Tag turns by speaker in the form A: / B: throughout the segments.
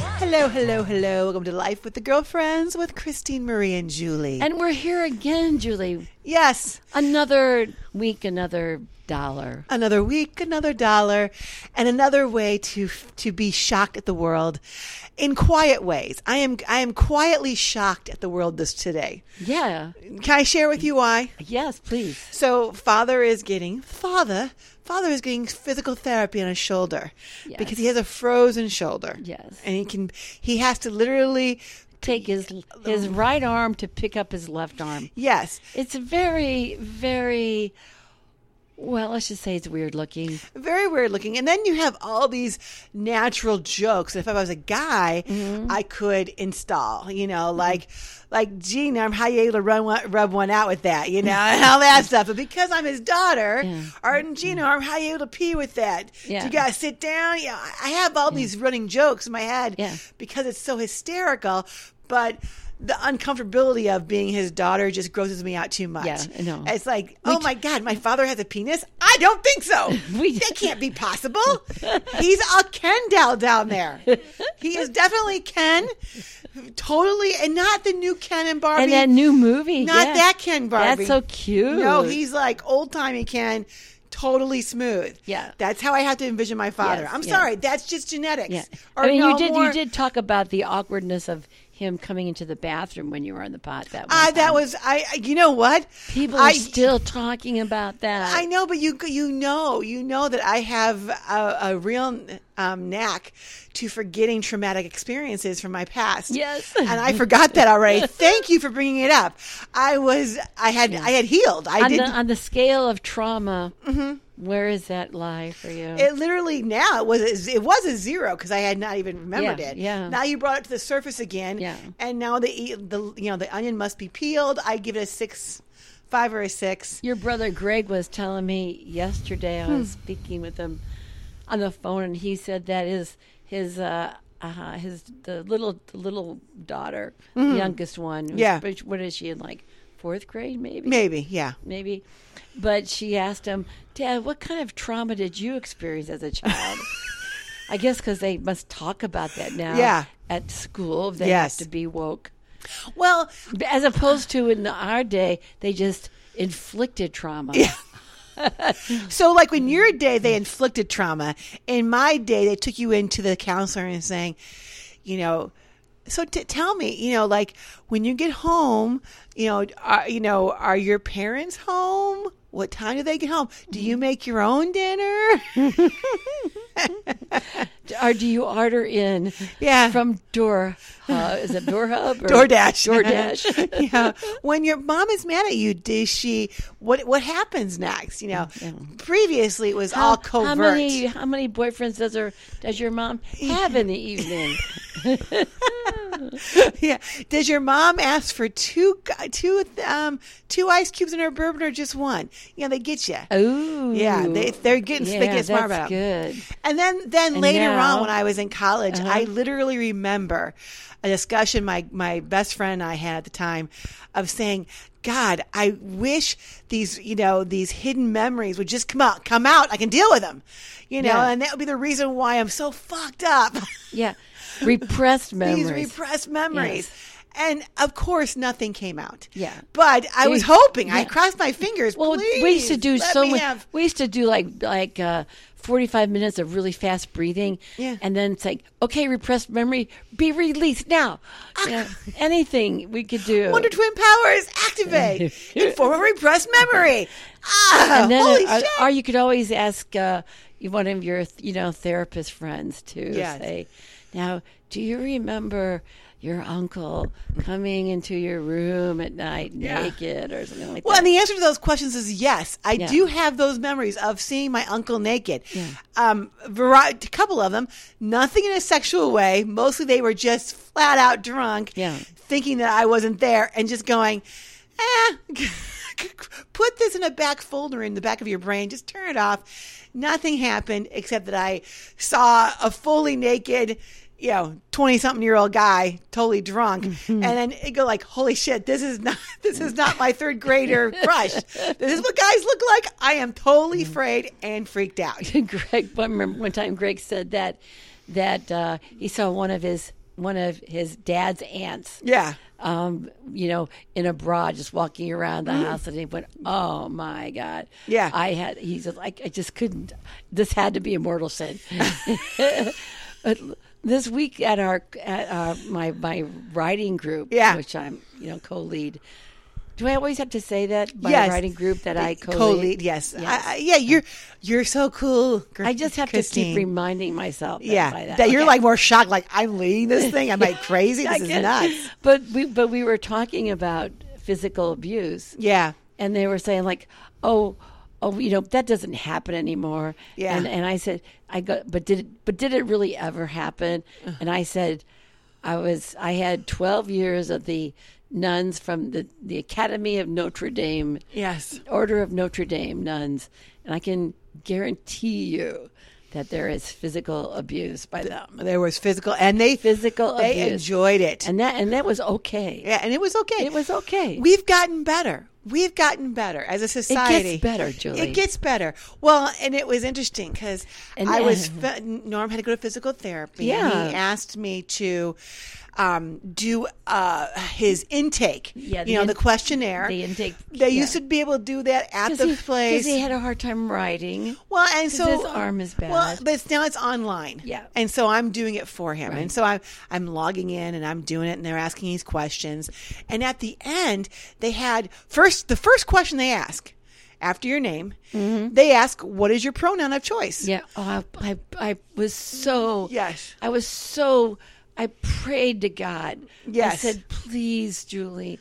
A: hello, hello. Welcome to Life with the Girlfriends with Christine Marie and Julie.
B: And we're here again, Julie.
A: yes,
B: Another week, another dollar.
A: another week, another dollar, and another way to to be shocked at the world in quiet ways. I am I am quietly shocked at the world this today.
B: Yeah.
A: Can I share with you why?
B: Yes, please.
A: So father is getting father father is getting physical therapy on his shoulder because he has a frozen shoulder.
B: Yes.
A: And he can he has to literally
B: Take his his right arm to pick up his left arm.
A: yes.
B: It's very, very well, I should say it's weird looking.
A: very weird looking. And then you have all these natural jokes. If I was a guy,
B: Mm-hmm.
A: I could install, you know, like, like, gee, I'm how you able to run one, rub one out with that, you know, and all that stuff. But because I'm his daughter,
B: Yeah.
A: or Gina, I'm how you able to pee with that?
B: Yeah.
A: Do you guys sit down? You know, I- I have all these running jokes in my head
B: Yeah.
A: because it's so hysterical, but. The uncomfortability of being his daughter just grosses me out too much.
B: Yeah, I know.
A: It's like, oh my God, my father has a penis? I don't think so.
B: We-
A: that can't be possible. He's a Ken doll down there. He is definitely Ken, totally, and not the new Ken and Barbie.
B: And that new movie.
A: not
B: yeah.
A: that Ken Barbie.
B: That's so cute.
A: No, he's like old timey Ken, totally smooth.
B: Yeah.
A: that's how I have to envision my father.
B: Yes,
A: I'm
B: yes.
A: sorry, that's just genetics.
B: Yeah.
A: Or
B: I mean
A: no,
B: you did
A: more-
B: you did talk about the awkwardness of him coming into the bathroom when you were on the pot that one
A: I, Ah, that
B: time.
A: was I. I- You know what?
B: people are
A: I,
B: still talking about that.
A: I know, but you you know you know that I have a, a real um, knack to forgetting traumatic experiences from my past.
B: Yes.
A: and I forgot that already. Thank you for bringing it up. I was I had I had healed. I
B: on the,
A: didn't. Mm-hmm.
B: on the scale of trauma, where does that lie for you?
A: it literally now it was a z- it was a zero because I had not even remembered
B: Yeah,
A: it.
B: yeah.
A: Now you brought it to the surface again.
B: Yeah.
A: And now the e- the you know the onion must be peeled. I give it a six, five or a six.
B: Your brother Greg was telling me yesterday. I
A: Hmm.
B: was speaking with him on the phone, and he said that his his uh, uh his the little the little daughter, the youngest one. who's-
A: Mm-hmm. Yeah.
B: which- What is she in like fourth grade? Maybe.
A: Maybe yeah.
B: maybe. But she asked him, Dad, what kind of trauma did you experience as a child? I guess because they must talk about that now
A: Yeah.
B: at school. They
A: Yes.
B: have to be woke.
A: Well,
B: As opposed to in our day, they just inflicted trauma.
A: So, like in your day, they inflicted trauma. In my day, they took you into the counselor and saying, you know, so t- tell me, you know, like when you get home, you know, are, you know, are your parents home? What time do they get home? Do
B: Mm-hmm.
A: you make your own dinner?
B: Or do you order in
A: Yeah.
B: from Door uh, Is it Door Hub? Or
A: DoorDash,
B: DoorDash.
A: yeah. When your mom is mad at you, does she? What What happens next? You know, previously it was all covert.
B: How many, how many boyfriends does, her, does your mom have in the evening?
A: Yeah. Does your mom ask for two gu- two um two ice cubes in her bourbon or just one? You know, they get you.
B: Ooh.
A: Yeah, they they're getting
B: yeah,
A: they get smart about
B: that's
A: it.
B: good.
A: And then then later
B: now- Uh-huh.
A: on when I was in college, I literally remember a discussion my my best friend and I had at the time of saying, "God, I wish these, you know, these hidden memories would just come out, come out. I can deal with them." You know,
B: Yeah.
A: and that would be the reason why I'm so fucked up.
B: Yeah. Repressed memories.
A: These repressed memories. And of course, nothing came out.
B: Yeah.
A: But I was
B: Yeah.
A: hoping. I
B: Yeah.
A: crossed my fingers.
B: well,
A: Please,
B: we used to do
A: let
B: so
A: me
B: much.
A: have-
B: We used to do like like uh, forty five minutes of really fast breathing,
A: Yeah.
B: and then it's like, okay, repressed memory, be released now.
A: Ah.
B: You know, anything we could do.
A: Wonder Twin Powers activate. Inform a repressed memory. Ah,
B: and then,
A: holy
B: or,
A: shit.
B: or you could always ask uh, one of your you know therapist friends to
A: Yes.
B: say, now, do you remember? Your uncle coming into your room at night
A: Yeah.
B: naked or something like
A: well,
B: that.
A: and the answer to those questions is yes. I
B: Yeah.
A: do have those memories of seeing my uncle naked. Um, variety, a couple of them, nothing in a sexual way. Mostly they were just flat out drunk,
B: Yeah.
A: thinking that I wasn't there and just going, eh, put this in a back folder in the back of your brain. Just turn it off. Nothing happened except that I saw a fully naked, you know, 20 something year old guy, totally drunk.
B: Mm-hmm.
A: And then it go like, holy shit, this is not, this is not my third grader crush. This is what guys look like. I am totally
B: Mm-hmm.
A: afraid and freaked out.
B: Greg, I remember one time Greg said that that uh, he saw one of his one of his dad's aunts.
A: Yeah.
B: Um, you know, in a bra, just walking around the house, and he went, "Oh my god!"
A: Mm. Yeah.
B: I had. He said, "Like I just couldn't. This had to be a mortal sin." but this week at our at uh, my my writing group,
A: Yeah.
B: which I'm you know co-lead. Do I always have to say that by
A: Yes.
B: writing group that I co-lead?
A: Co-lead, yes.
B: Yes.
A: I, I, yeah, you're you're so cool. Gr-
B: I just have to
A: Christine.
B: keep reminding myself. That
A: yeah,
B: by
A: that,
B: that,
A: you're
B: Okay.
A: like more shocked. Like I'm leading this thing. I'm like crazy.
B: I
A: This is
B: get-
A: nuts.
B: But we but we were talking about physical abuse,
A: Yeah,
B: and they were saying like, oh, oh, you know that doesn't happen anymore.
A: Yeah.
B: And, and I said, I go, but did it, but did it really ever happen? And I said, I was I had twelve years of the nuns from the the Academy of Notre Dame.
A: yes,
B: Order of Notre Dame nuns, and I can guarantee you that there is physical abuse by them.
A: Um, there was physical, and they
B: Physical
A: they
B: abuse.
A: enjoyed it.
B: and that and that was okay.
A: yeah, and it was okay.
B: It was okay.
A: We've gotten better. We've gotten better as a society.
B: better, Julie.
A: It gets better. Well, and it was interesting because
B: And-
A: I was fe- Norm had to go to physical therapy.
B: Yeah.
A: and he asked me to um, do uh, his intake.
B: Yeah, the
A: you know
B: in-
A: the questionnaire.
B: the intake-
A: They
B: yeah.
A: used to be able to do that at the
B: he,
A: place.
B: he had a hard time writing.
A: Well, and so
B: his arm is
A: Well,
B: bad.
A: but it's, now it's online.
B: Yeah.
A: and so I'm doing it for him, and so I'm I'm logging in and I'm doing it, and they're asking these questions, and at the end they had first the first question they ask after your name, they ask what is your pronoun of choice?
B: Mm-hmm. Yeah. Oh, I, I I was so
A: Yes.
B: I was so I prayed to God. I
A: Yes.
B: said, please, Julie,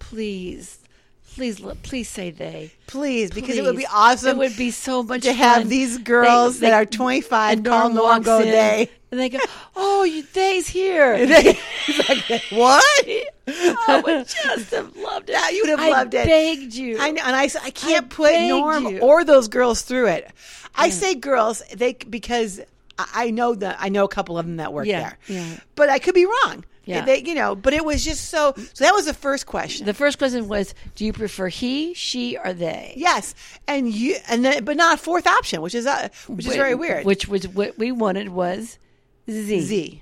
B: please, please, let- please say they.
A: Please, because it would be
B: Please.
A: awesome.
B: It would be so much
A: to have
B: fun.
A: these girls that are 25
B: and Norm
A: call Norm
B: walks
A: Go
B: in,
A: Day.
B: and they go, "Oh, you, they's here."
A: what?
B: I would just have loved it.
A: Yeah, you would have
B: I
A: loved it.
B: Begged you.
A: I know, and I, s- I can't
B: I
A: put
B: begged
A: Norm
B: you.
A: or those girls through it. I say girls, they c- because I, I know that I know a couple of them that work
B: Yeah,
A: there.
B: yeah.
A: But I could be wrong.
B: Yeah.
A: They, you know, but it was just so. So that was the first question.
B: The first question was, "Do you prefer he, she, or they?"
A: yes, and you, and then, but not a fourth option, which is uh, which is very weird.
B: Which was what we wanted was Z.
A: Z,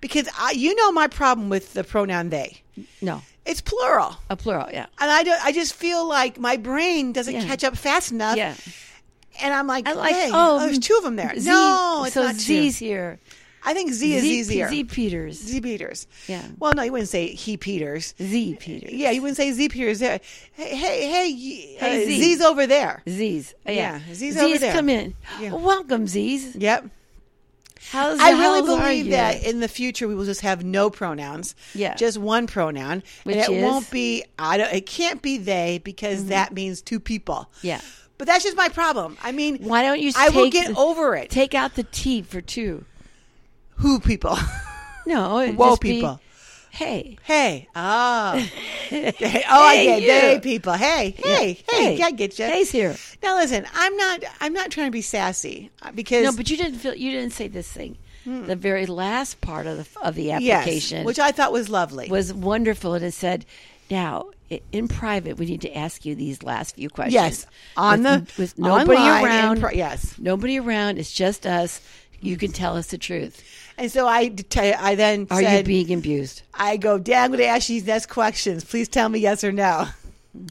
A: because I, you know my problem with the pronoun they.
B: No,
A: It's plural.
B: a plural. Yeah.
A: And I, don't, I just feel like my brain doesn't
B: Yeah.
A: catch up fast enough.
B: Yeah.
A: And I'm Uh, like,
B: I like.
A: hey,
B: oh,
A: there's two of them there.
B: Z,
A: no, it's
B: so
A: not two.
B: Z's here.
A: I think Z is easier.
B: Z Peters. Z,
A: Z Peters.
B: Yeah.
A: Well, no, you wouldn't say he Peters.
B: Peters.
A: Yeah, you wouldn't say Z Peters. There. Hey, hey, hey, y-
B: Hey,
A: uh,
B: Z.
A: Z's over there.
B: Z's. Oh, yeah.
A: Yeah, Z's over there.
B: come in.
A: Yeah.
B: Welcome, Z's.
A: Yep.
B: How's
A: I really
B: how's are
A: believe
B: you?
A: that in the future we will just have no pronouns.
B: Yeah.
A: Just one pronoun,
B: Which
A: and it
B: is? Mm-hmm.
A: won't be. I don't. It can't be they because that means two people.
B: Yeah.
A: But that's just my problem. I mean,
B: Why don't you
A: I will
B: take
A: get
B: the-
A: over it.
B: Take out the T for two.
A: Who people?
B: No, it'd
A: Whoa,
B: just be,
A: people.
B: Hey,
A: hey. Oh. hey, oh, I
B: Hey,
A: get
B: you.
A: they people. Hey, hey, hey, I get you.
B: Hey's here.
A: Now listen, I'm not I'm not trying to be sassy uh, because
B: No, but you didn't feel you didn't say this thing. The very last part of the of the
A: Hmm. yes,
B: application
A: which I thought was lovely.
B: was wonderful, and it said, "Now, i- in private, we need to ask you these last few questions."
A: yes, on
B: With-
A: the
B: with nobody
A: online and
B: around.
A: pro- yes,
B: Nobody around. It's just us. You can tell us the truth.
A: and so I d- t- I then
B: Are
A: said
B: you being abused?
A: I go, Dad, I'm going to ask you these next questions. Please tell me yes or no.
B: I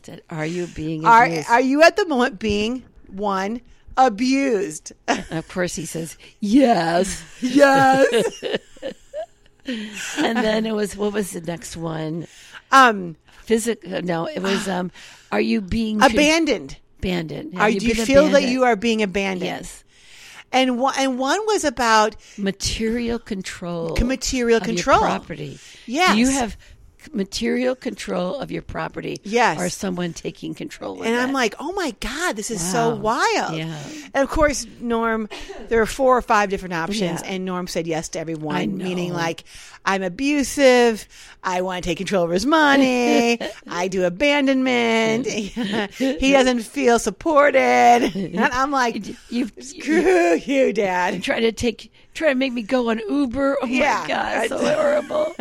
B: Said, are you being
A: Are
B: abused?
A: are you at the moment being one abused?
B: and of course, he says yes.
A: yes.
B: and then it was what was the next one?
A: um,
B: Physical? No, it was. Um, are you being con-
A: abandoned.
B: abandoned? Have
A: Are, do you
B: been
A: feel that
B: abandoned?
A: you are being abandoned?
B: Yes.
A: And one and one was about
B: material control
A: C- material
B: of your
A: control.
B: property
A: Yes.
B: Do you have c- material control of your property
A: Yes.
B: or someone taking control of
A: And
B: that?
A: I'm like, oh my God, this is so
B: Wow.
A: wild.
B: Yeah.
A: And of course, Norm, there were four or five different options,
B: Yeah.
A: and Norm said yes to
B: I
A: everyone,
B: know.
A: meaning like, I'm abusive, I want to take control of his money, I do abandonment, he doesn't feel supported. And I'm like,
B: you, you
A: screw you, Dad.
B: try to take try to make me go on uber oh
A: Yeah.
B: my god so horrible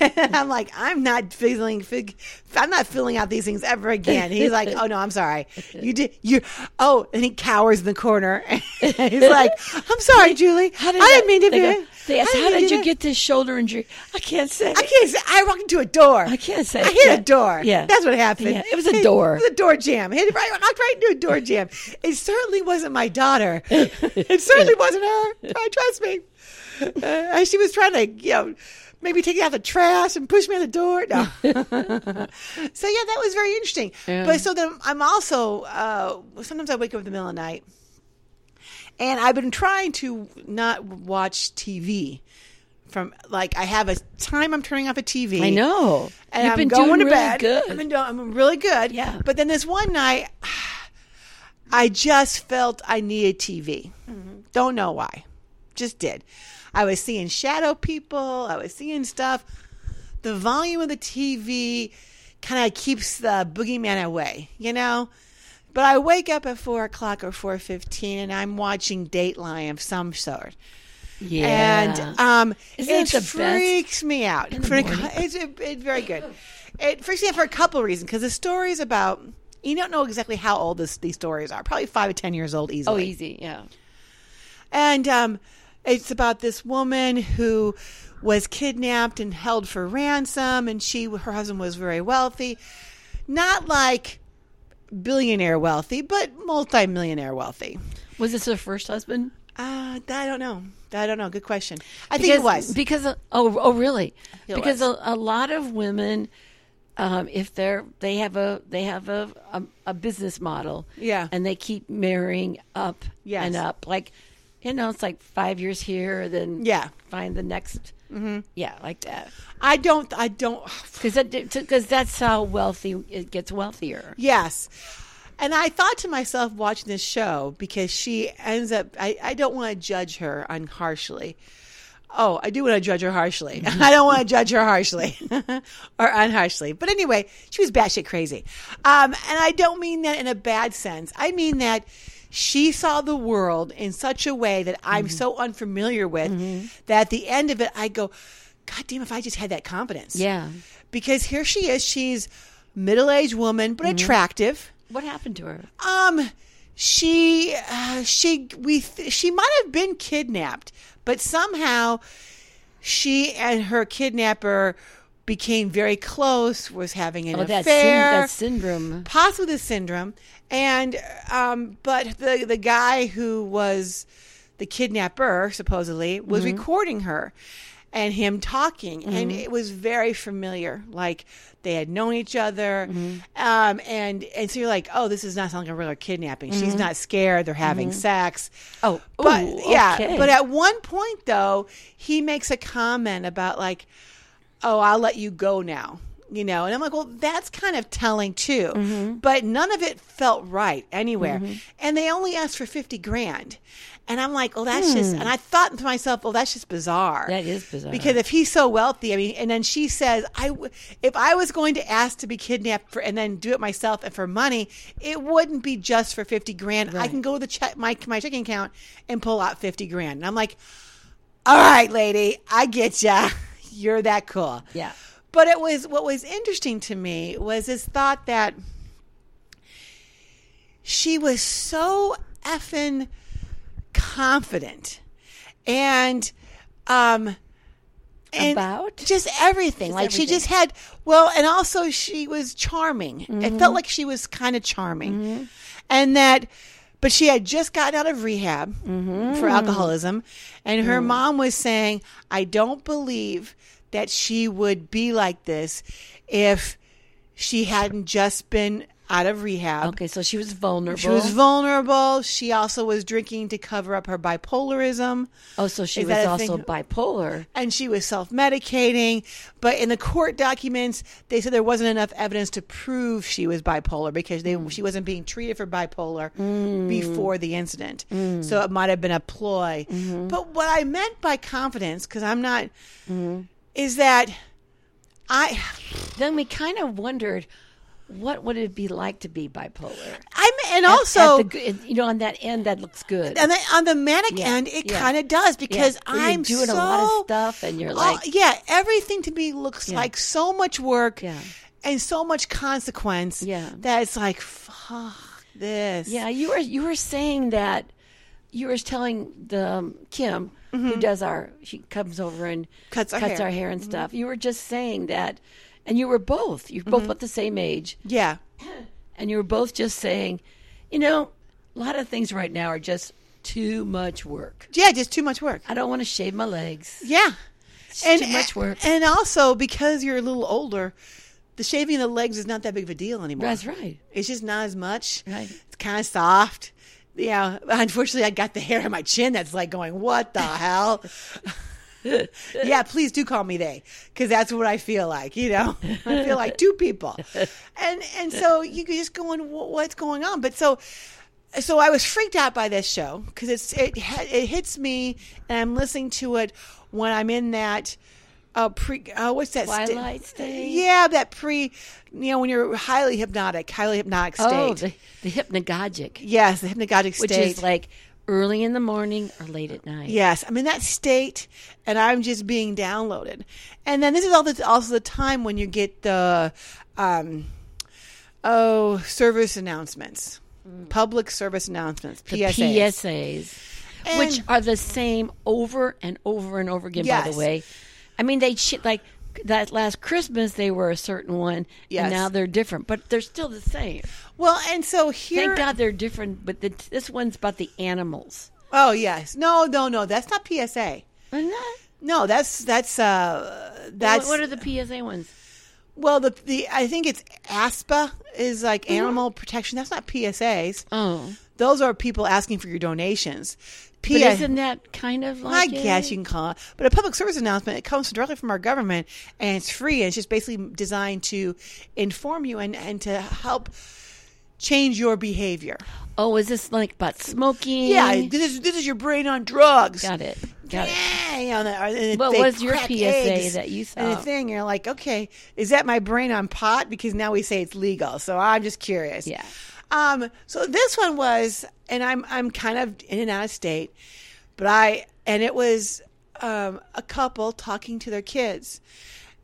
A: I'm like, I'm not feeling, fig, I'm not filling out these things ever again. He's like, oh no, I'm sorry. You did, you, oh, and he cowers in the corner. He's like, I'm sorry, Julie.
B: How did
A: I didn't mean to
B: they
A: do
B: go,
A: it.
B: They asked, "How did
A: do
B: you
A: that?"
B: get this shoulder injury?" I can't say.
A: I can't say. I walked into a door.
B: I can't say.
A: I hit
B: Yeah.
A: a door.
B: Yeah.
A: that's what happened.
B: Yeah, it was a
A: Hit-
B: door.
A: It was a door jam. Hit right, I knocked right into a door jam. It certainly wasn't my daughter. it certainly wasn't her. Try- Trust me. Uh, she was trying to, you know, maybe take out the trash and push me out the door. No. so yeah, that was very interesting.
B: Yeah.
A: But so then I'm also uh, sometimes I wake up in the middle of the night and I've been trying to not watch TV. From like I have a time I'm turning off a TV.
B: I know.
A: and
B: You've
A: I'm
B: been
A: going
B: doing
A: to
B: really
A: bed.
B: good.
A: I've been doing, I'm really good.
B: Yeah.
A: But then this one night, I just felt I needed TV.
B: Mm-hmm.
A: Don't know why, just did. I was seeing shadow people. I was seeing stuff. The volume of the TV kind of keeps the boogeyman away, you know. But I wake up at four o'clock or four fifteen, and I'm watching Dateline of some sort
B: yeah.
A: and um,
B: Isn't
A: it
B: it the best?
A: freaks me out.
B: the
A: For a cou-
B: morning.
A: it's it, it, very good. It freaks me out for a couple of reasons because the story's about you don't know exactly how old this, these stories are. Probably five or ten years old easily.
B: oh, easy. Yeah.
A: And um, it's about this woman who was kidnapped and held for ransom, and she her husband was very wealthy, not like billionaire wealthy, but multimillionaire wealthy.
B: Was this her first husband?
A: Uh, I don't know. I don't know. Good question. I think
B: because,
A: it was.
B: because oh oh really
A: It
B: because
A: was.
B: a, a lot of women um, if they're they have a they have a, a a business model
A: Yeah.
B: and they keep marrying up
A: Yes.
B: and up like you know it's like five years here then
A: Yeah. Mm-hmm.
B: find the next yeah like that
A: I don't. I don't.
B: because because that's how wealthy it gets wealthier
A: Yes. And I thought to myself watching this show because she ends up, I, I don't want to judge her un- harshly. Oh, I do want to judge her harshly. I don't want to judge her harshly or unharshly. But anyway, she was batshit crazy. Um, and I don't mean that in a bad sense. I mean that she saw the world in such a way that I'm so unfamiliar with that at the end of it, I go, God damn, if I just had that confidence.
B: yeah
A: Because here she is. She's middle-aged woman,
B: Mm-hmm.
A: but attractive.
B: what happened to her
A: Um, she, uh, she, we, th- she might have been kidnapped, but somehow she and her kidnapper became very close. Was having an
B: oh that, syn-
A: affair
B: that syndrome
A: possibly the syndrome and um but the the guy who was the kidnapper supposedly was
B: Mm-hmm.
A: recording her and him talking and it was very familiar like they had known each other
B: Mm-hmm.
A: um and and so you're like oh this is not sounding like a regular kidnapping she's not scared they're having sex
B: Mm-hmm. oh
A: but
B: ooh,
A: yeah
B: okay.
A: but at one point though he makes a comment about like oh i'll let you go now you know and i'm like well that's kind of telling too
B: Mm-hmm.
A: but none of it felt right anywhere and they only asked for 50 grand and i'm like well that's just and i thought to myself well that's just bizarre
B: Hmm. that is bizarre
A: because if he's so wealthy, I mean, and then she says, "I, w- if I was going to ask to be kidnapped for, and then do it myself and for money, it wouldn't be just for fifty grand. I
B: Right.
A: can go to the check my my checking account and pull out fifty grand." And I'm like, "All right, lady, I get ya. You're that cool."
B: yeah
A: But it was what was interesting to me was this thought that she was so effing confident and um and
B: About?
A: just everything like she just had well and also she was charming it felt like she was kind of charming and that but she had just gotten out of rehab for alcoholism and her mom was saying i don't believe that she would be like this if she hadn't just been out of rehab
B: okay so she was vulnerable
A: she was vulnerable. She also was drinking to cover up her bipolarism
B: Oh, so she
A: Is
B: was
A: that a
B: also
A: thing?
B: bipolar.
A: and she was self medicating. But in the court documents, they said there wasn't enough evidence to prove she was bipolar because they, she wasn't being treated for bipolar
B: Mm.
A: before the incident. So it might have been a ploy.
B: Mm-hmm.
A: But what I meant by confidence, because I'm not,
B: Mm-hmm.
A: is that I.
B: Then we kind of wondered what would it be like to be bipolar.
A: I'm, and
B: At-
A: also,
B: at the good- you know, on that end, that looks good.
A: and then on the manic
B: Yeah,
A: end, it
B: yeah,
A: kind of does
B: Yeah,
A: because
B: where you're
A: I'm
B: doing
A: so
B: a lot of stuff, and you're
A: Oh,
B: like,
A: yeah, everything to me looks like so much work
B: Yeah.
A: and so much consequence
B: Yeah.
A: that it's like, fuck this.
B: yeah, you were you were saying that you were telling the um, Kim who does our she comes over and
A: Mm-hmm. Cuts our hair. Mm-hmm.
B: our hair and stuff. You were just saying that, and you were both you were
A: Mm-hmm.
B: both about the same age,
A: Yeah.
B: and you were both just saying, you know, a lot of things right now are just too much work.
A: Yeah, just too much work.
B: I don't want to shave my legs.
A: Yeah.
B: It's too much work.
A: And also because you're a little older, the shaving of the legs is not that big of a deal anymore.
B: That's right.
A: It's just not as much.
B: Right.
A: It's kind of soft. Yeah. Unfortunately, I got the hair on my chin that's like going, what the hell? yeah, please do call me they because that's what I feel like. You know, I feel like two people. And and so you could just going, "Wh- what's going on? But so. So I was freaked out by this show because it's it ha- it hits me and I'm listening to it when I'm in that uh pre uh, what's that sta-
B: Twilight stage?
A: yeah that pre you know when you're highly hypnotic highly hypnagogic state
B: Oh, the, the hypnagogic,
A: Yes, the hypnagogic state.
B: which is like early in the morning or late at night.
A: yes, I'm in that state, and I'm just being downloaded. And then this is all the, also the time when you get the, um, oh, service announcements, public service announcements,
B: Mm. the
A: PSAs.
B: PSAs,
A: And-
B: which are the same over and over and over again. By
A: Yes.
B: the way, I mean they ch- like that last Christmas they were a certain one,
A: Yes.
B: and now they're different, but they're still the same.
A: Well, and so here,
B: Thank God they're different. But the, this one's about the animals.
A: oh yes, no, no, no, that's not PSA.
B: Isn't that-
A: No, that's that's uh
B: What,
A: that's
B: what are the PSA ones?
A: well the the I think it's ASPA is like
B: Mm-hmm.
A: animal protection. That's not PSAs.
B: Oh,
A: Those are people asking for your donations.
B: but
A: PSA
B: isn't that kind of
A: I
B: like?
A: guess
B: it?
A: you can call it. But a public service announcement, it comes directly from our government and it's free. And it's just basically designed to inform you and, and to help change your behavior.
B: Oh, is this like about smoking?
A: Yeah, this is, this is your brain on drugs.
B: got it. Got it.
A: Yeah, you know, and if
B: Well,
A: they
B: what is your
A: crack
B: PSA
A: eggs
B: that you
A: And the
B: saw?
A: thing, you're like, okay, is that my brain on pot? Because now we say it's legal. So I'm just curious.
B: Yeah.
A: Um, so this one was, and I'm I'm kind of in and out of state, but I and it was um, a couple talking to their kids,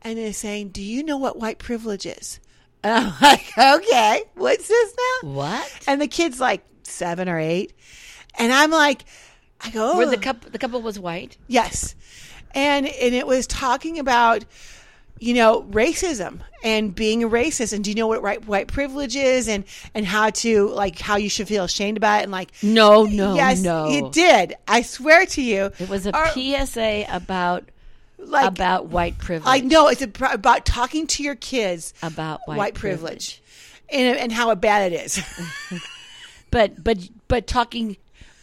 A: and they're saying, "Do you know what white privilege is?" And I'm like, "Okay, what's this now?"
B: What?
A: And the kid's like seven or eight, and I'm like, "I go,
B: Where
A: "Oh."
B: the couple the couple was white.
A: Yes. And and it was talking about you know racism and being a racist and do you know what right, white privilege is and and how to like how you should feel ashamed about it and like
B: No, no,
A: yes
B: no.
A: it did I swear to you
B: It was a
A: Or,
B: PSA about
A: like
B: about white privilege.
A: I know it's ab- about talking to your kids
B: about white,
A: white privilege,
B: privilege.
A: and and how bad it is
B: But but but talking,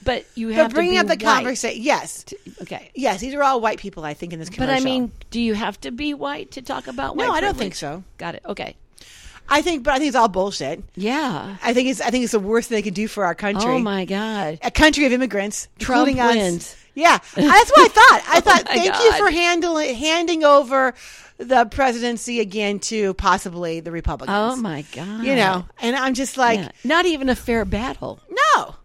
B: but you have
A: but bringing
B: to
A: up
B: be
A: the
B: white.
A: conversation yes
B: Okay,
A: yes these are all white people I think in this
B: but
A: commercial
B: I mean, do you have to be white to talk about white?
A: No, I don't think so.
B: privilege? Got it. Okay.
A: I think but I think it's all bullshit
B: Yeah.
A: I think it's I think it's the worst thing they could do for our country.
B: Oh my God.
A: a country of immigrants,
B: Trump
A: including us.
B: wins. Oh
A: Yeah, that's what I thought. I thought,
B: my
A: thank you
B: God.
A: for handling handing over the presidency again to possibly the Republicans.
B: Oh my God.
A: You know, and I'm just like,
B: Yeah. not even a fair battle.
A: no.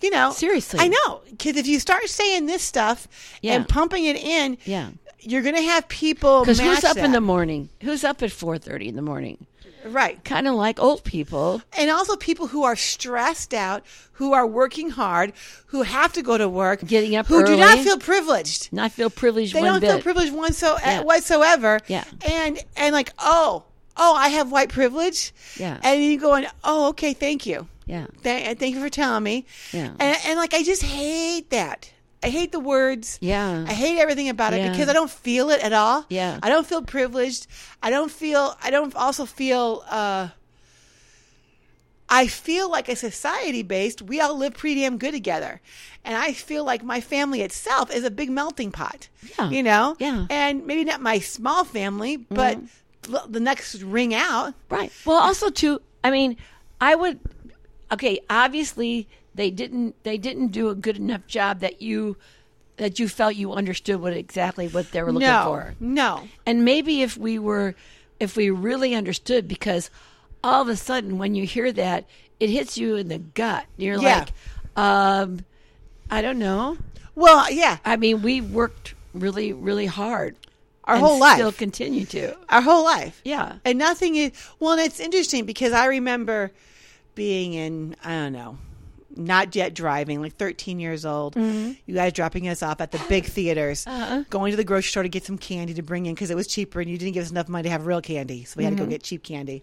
A: You know,
B: Seriously.
A: I know because if you start saying this stuff
B: Yeah.
A: and pumping it in,
B: Yeah.
A: you're going to have people.
B: Because who's
A: match
B: up in the
A: that.
B: morning? Who's up at four thirty in the morning?
A: right?
B: Kind of like old people.
A: and also people who are stressed out, who are working hard, who have to go to work,
B: Getting up
A: who do not
B: early.
A: feel privileged.
B: And I feel privileged
A: They
B: one
A: don't
B: bit.
A: feel privileged one so
B: Yeah.
A: whatsoever.
B: Yeah.
A: and and like oh oh I have white privilege.
B: Yeah.
A: and you going oh okay thank you
B: Yeah.
A: Th- thank you for telling me.
B: Yeah.
A: and and like I just hate that. I hate the words.
B: Yeah.
A: I hate everything about it
B: Yeah.
A: because I don't feel it at all.
B: Yeah.
A: I don't feel privileged. I don't feel. I don't also feel. uh I feel like a society based, we all live pretty damn good together. And I feel like my family itself is a big melting pot.
B: Yeah.
A: You know?
B: Yeah. Mm-hmm.
A: And maybe not my small family, but l- the next ring out.
B: Right. Well, also too. I mean, I would. Okay. Obviously, they didn't. They didn't do a good enough job that you that you felt you understood what exactly what they were looking
A: no.
B: for.
A: No.
B: And maybe if we were, if we really understood, because all of a sudden when you hear that, it hits you in the gut. You're
A: Yeah.
B: like, um, I don't know.
A: Well, yeah.
B: I mean, we worked really, really hard
A: Our
B: and
A: whole life.
B: Still continue to.
A: Our whole life.
B: Yeah.
A: And nothing is, well, and it's interesting because I remember being in, I don't know, not yet driving, like 13 years old.
C: Mm-hmm.
A: You guys dropping us off at the big theaters,
C: Uh-huh.
A: going to the grocery store to get some candy to bring in because it was cheaper and you didn't give us enough money to have real candy. So we had to go
C: Mm-hmm.
A: get cheap candy.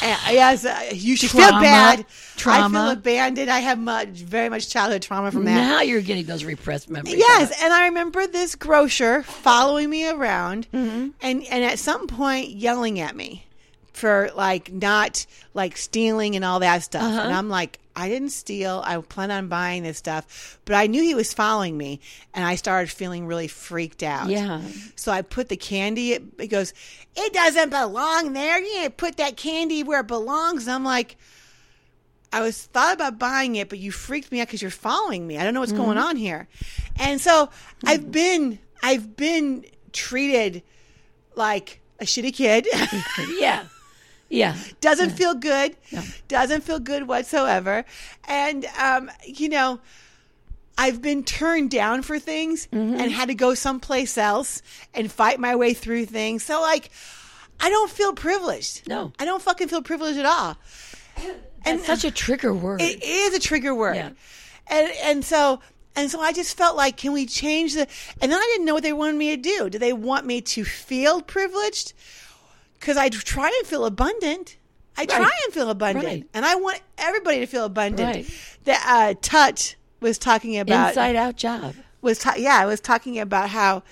A: And, yes, uh, you should feel
C: Trauma.
A: bad. I feel
C: Trauma.
A: abandoned. I have much, very much childhood trauma from that.
B: Now you're getting those repressed memories.
A: Yes,
B: out.
A: and I remember this grocer following me around, and and at some point yelling at me for like not like stealing and all that stuff. And I'm like, I didn't steal. I plan on buying this stuff, but I knew he was following me, and I started feeling really freaked out.
B: Yeah.
A: So I put the candy. It, it goes, it doesn't belong there. You didn't put that candy where it belongs. I'm like. I was thought about buying it, but you freaked me out because you're following me. I don't know what's going on here, and so I've been I've been treated like a shitty kid.
B: yeah, yeah.
A: doesn't feel good. Doesn't feel good whatsoever. And um, you know, I've been turned down for things
B: Mm-hmm.
A: and had to go someplace else and fight my way through things. So like, I don't feel privileged.
B: No.
A: I don't fucking feel privileged at all.
B: And such a trigger word.
A: It is a trigger word.
B: Yeah.
A: And and so and so I just felt like can we change the and then I didn't know what they wanted me to do. Do they want me to feel privileged? Cuz I try and feel abundant. I try and feel abundant.
B: Right.
A: And I want everybody to feel abundant.
B: Right.
A: That uh touch was talking about
B: Inside out job.
A: was ta- yeah, I was talking about how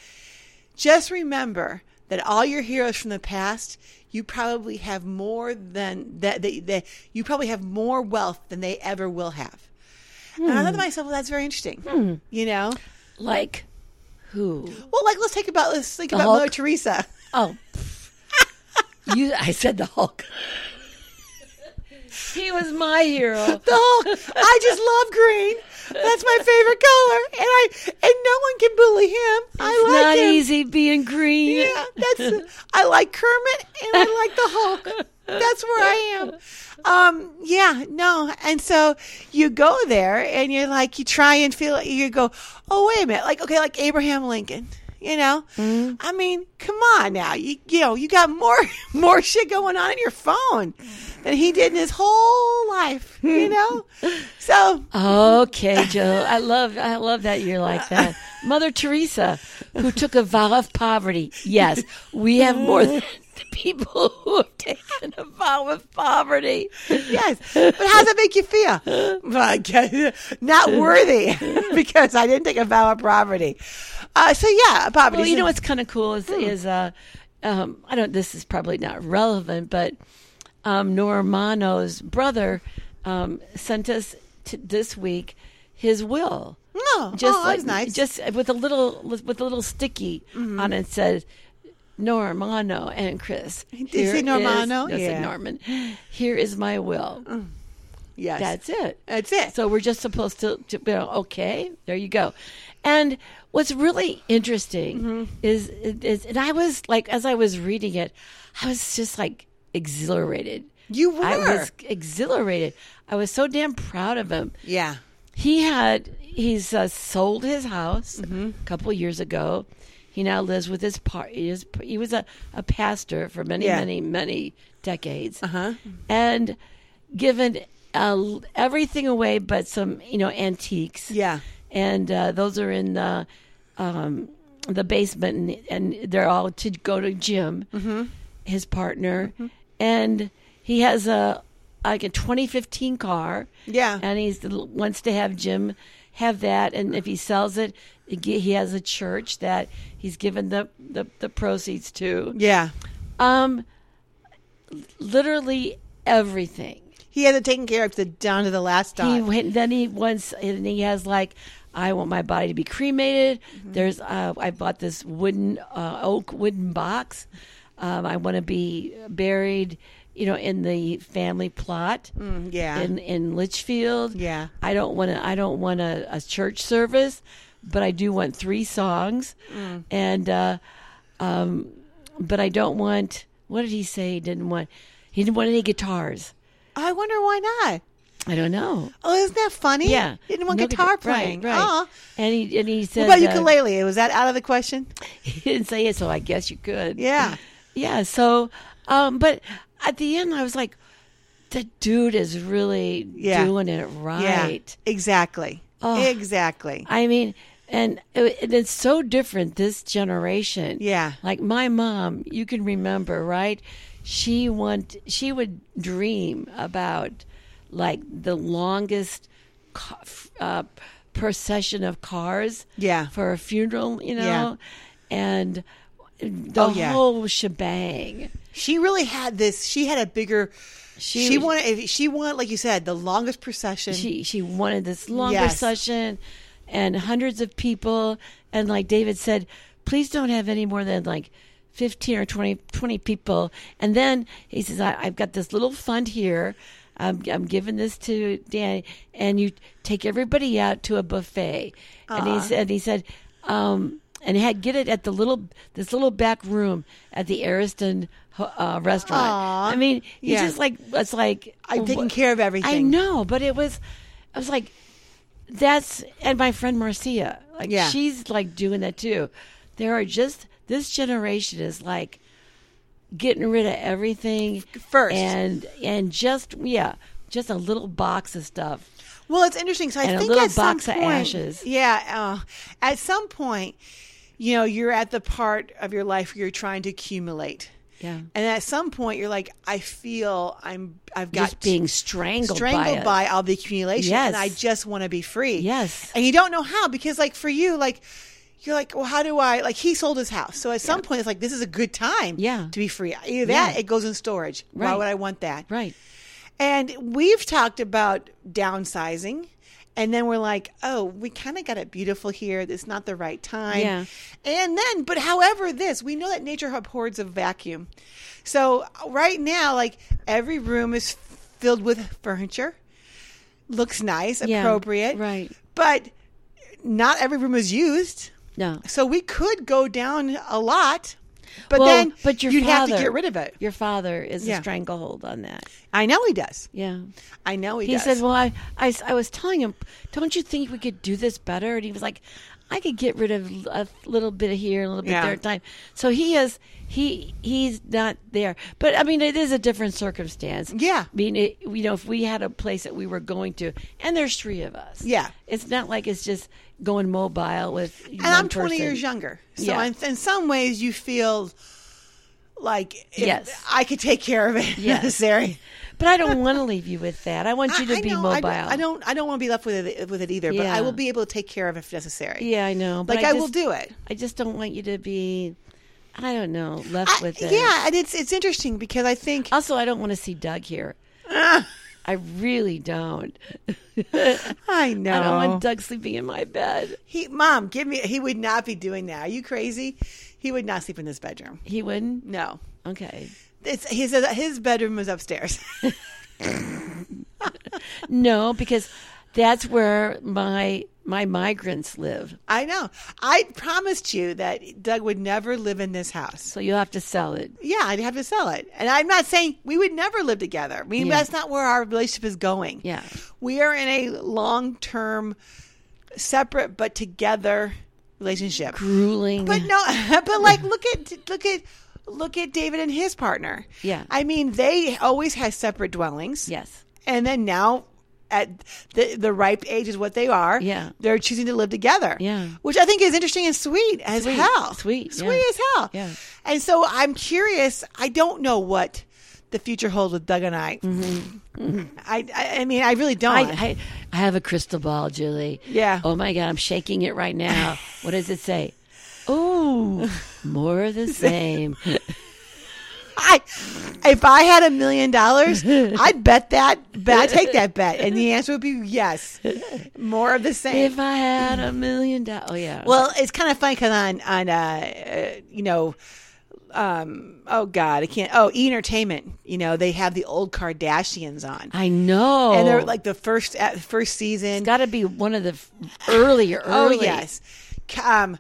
A: just remember that all your heroes from the past, you probably have more than that that, that you probably have more wealth than they ever will have. And I thought to
B: Hmm.
A: myself, well, that's very interesting. You know,
B: Like who?
A: well, like let's take about let's think
B: The
A: about
B: Hulk?
A: Mother Teresa.
B: Oh, you. I said the Hulk. he was my hero.
A: The Hulk. I just love green. That's my favorite color, and I and no one can bully him. I
B: It's
A: like
B: not
A: him.
B: easy being green.
A: Yeah, that's I like Kermit and I like the Hulk. That's where I am. Um, yeah, no. And so you go there and you're like you try and feel you go, Oh wait a minute, like okay, like Abraham Lincoln. You know? I mean, come on now. You you know, you got more more shit going on in your phone than he did in his whole life, you know? So
B: Okay, Joe. I love I love that you're like that. Mother Teresa, who took a vow of poverty. Yes, we have more than the people who have taken a vow of poverty.
A: yes. But how does that make you feel? But not worthy because I didn't take a vow of poverty. Uh, so yeah, Hmm. poverty.
B: Well, you know what's kind of cool is is uh, um, I don't. This is probably not relevant, but um, Normano's brother um, sent us to this week his will.
A: No,
B: just
A: oh,
B: like
A: that's nice. Mm-hmm.
B: just with a little with a little sticky on it said Normano and Chris. Did
A: you say Normano?
B: no, it said
A: Yeah. Oh,
B: Norman. Here is my will.
A: yes,
B: That's it.
A: That's it.
B: So we're just supposed to, to you know, okay, there you go. And what's really interesting
A: Mm-hmm.
B: is, is, and I was like, as I was reading it, I was just like exhilarated.
A: You were.
B: I was exhilarated. I was so damn proud of him
A: yeah.
B: he had he's uh, sold his house
A: Mm-hmm.
B: a couple years ago he now lives with his par his, he was a, a pastor for many
A: Yeah.
B: many many decades uh-huh. and given uh, everything away but some you know antiques
A: Yeah.
B: and uh, those are in the um, the basement and, and they're all to go to Jim,
A: Mm-hmm.
B: his partner, and he has a like a 2015 car.
A: Yeah.
B: and he wants to have Jim have that, and if he sells it, he ge- he has a church that he's given the the, the proceeds to.
A: Yeah.
B: Um, literally everything.
A: He had it taken care of to down to the last
B: He
A: dime.
B: went, then he once and he has like, I want my body to be cremated.
A: Mm-hmm.
B: There's uh, I bought this wooden uh, oak wooden box. Um, I want to be buried, you know, in the family plot
A: Mm, yeah.
B: in in Litchfield.
A: Yeah.
B: I don't want to. I don't want a, a church service, but I do want three songs,
A: Mm.
B: and uh, um, but I don't want. What did he say? He didn't want. He didn't want any guitars.
A: I wonder why not.
B: I don't know.
A: Oh, isn't that funny?
B: Yeah,
A: Didn't want
B: No
A: guitar
B: guitar-
A: playing. Uh-huh.
B: Right, right.
A: Aw.
B: And he and he said,
A: What about
B: uh,
A: ukulele? Was that out of the question?
B: he didn't say it, so I guess you could.
A: Yeah.
B: yeah. So, um, but at the end, I was like, the dude is really
A: Yeah.
B: doing it right. Oh.
A: Yeah, exactly. Exactly.
B: I mean, and it, and it's so different this generation.
A: Yeah.
B: Like my mom, you can remember, right? She want she would dream about like the longest ca- f- uh, procession of cars.
A: Yeah.
B: For a funeral, you
A: Yeah.
B: know, and the
A: Oh, yeah.
B: whole shebang.
A: She really had this. She had a bigger. She,
B: She-
A: wanted. If she wanted, like you said, the longest procession.
B: she she wanted this long
A: Yes.
B: procession and hundreds of people and like david said please don't have any more than like 15 or 20, 20 people and then he says I, i've got this little fund here I'm, I'm giving this to danny and you take everybody out to a buffet and he said he said um and had get it at the little this little back room at the Ariston uh, restaurant.
A: Aw.
B: I mean, he's
A: Yeah.
B: just like it's like
A: I'm taking
B: wh-
A: care of everything.
B: I know, but it was, I was like, that's, and my friend Marcia, like,
A: Yeah.
B: she's like doing that too. There are just, this generation is like getting rid of everything
A: first.
B: And, and just, yeah, just a little box of stuff.
A: Well, it's interesting. So I
B: And a
A: think
B: little
A: at some
B: box of
A: point,
B: ashes.
A: Yeah, uh, at some point, you know, you're at the part of your life where you're trying to accumulate.
B: Yeah.
A: And at some point, you're like, I feel I'm. I've got
B: Just being strangled,
A: strangled
B: by, it.
A: by all the accumulation
B: Yes.
A: and I just want to be free.
B: Yes.
A: And you don't know how because like for you like you're like, well, how do I like he sold his house. So at some point it's like this is a good time
B: Yeah.
A: to be free. Either that
B: Yeah.
A: it goes in storage. Why
B: Right.
A: would I want that?
B: Right.
A: And we've talked about downsizing. And then we're like, oh, we kind of got it beautiful here. It's not the right time.
B: Yeah.
A: And then, but however, this, we know that nature abhors a vacuum. So right now, like every room is filled with furniture, looks nice,
B: Yeah,
A: appropriate.
B: right.
A: But not every room is used.
B: No.
A: So we could go down a lot, but
B: Well,
A: then
B: but your
A: you'd have to
B: father-
A: get rid of it.
B: Your father is
A: Yeah.
B: a stranglehold on that.
A: I know he does.
B: Yeah.
A: I know he,
B: He
A: does.
B: said, "Well, I, I s- I was telling him, don't you think we could do this better?" And he was like, "I could get rid of a little bit of here, a little bit
A: Yeah.
B: there at a time." So he is he he's not there, but I mean, it is a different circumstance.
A: Yeah.
B: I mean, it, you know, if we had a place that we were going to, and there's three of us,
A: Yeah.
B: it's not like it's just going mobile with.
A: and I'm 20 years younger. So
B: Yeah.
A: in, in some ways, you feel like if
B: Yes.
A: I could take care of it if
B: Yes.
A: necessary.
B: But I don't want to leave you with that. I want you to be
A: know,
B: mobile.
A: I, I don't. I don't want to be left with it with it either. But I
B: Yeah.
A: will be able to take care of it if necessary.
B: Yeah, I know. But
A: like I, will
B: just-
A: do it.
B: I just don't want you to be. I don't know. Left
A: I-
B: with it.
A: yeah, and it's it's interesting because I think
B: Also, I don't want to see Doug here.
A: Ah.
B: I really don't.
A: I know.
B: I don't want Doug sleeping in my bed.
A: he, Mom, give me. He would not be doing that. Are you crazy? He would not sleep in this bedroom.
B: He wouldn't.
A: No,
B: Okay.
A: it's he says his bedroom is upstairs.
B: No, because that's where my my migrants live.
A: I know. I promised you that Doug would never live in this house.
B: So you'll have to sell it.
A: Yeah, I'd have to sell it. And I'm not saying we would never live together. I mean,
B: Yeah.
A: that's not where our relationship is going.
B: Yeah.
A: We are in a long term, separate but together relationship.
B: Grueling.
A: But no, but like, look at, look at, look at David and his partner.
B: Yeah.
A: I mean, they always had separate dwellings.
B: yes.
A: And then now, at the the ripe age is what they are.
B: Yeah.
A: They're choosing to live together.
B: Yeah.
A: Which I think is interesting and sweet as
B: Sweet,
A: hell.
B: sweet,
A: Sweet
B: yeah.
A: as hell.
B: Yeah.
A: And so I'm curious. I don't know what the future holds with Doug and I. I, I I mean I really don't.
B: I, Mm-hmm. I I have a crystal ball, Julie.
A: Yeah.
B: Oh my God, I'm shaking it right now. what does it say? Oh, more of the same.
A: I if I had a million dollars, I'd bet that bet I'd take that bet. And the answer would be yes. More of the same.
B: if I had a million dollars. Oh yeah.
A: Well, it's kind of funny because on on uh, uh, you know, um, oh god, I can't. Oh, E Entertainment, you know, they have the old Kardashians on,
B: I know.
A: and they're like the first uh, first season.
B: It's got to be one of the f- earlier,
A: oh
B: early.
A: yes, C- um,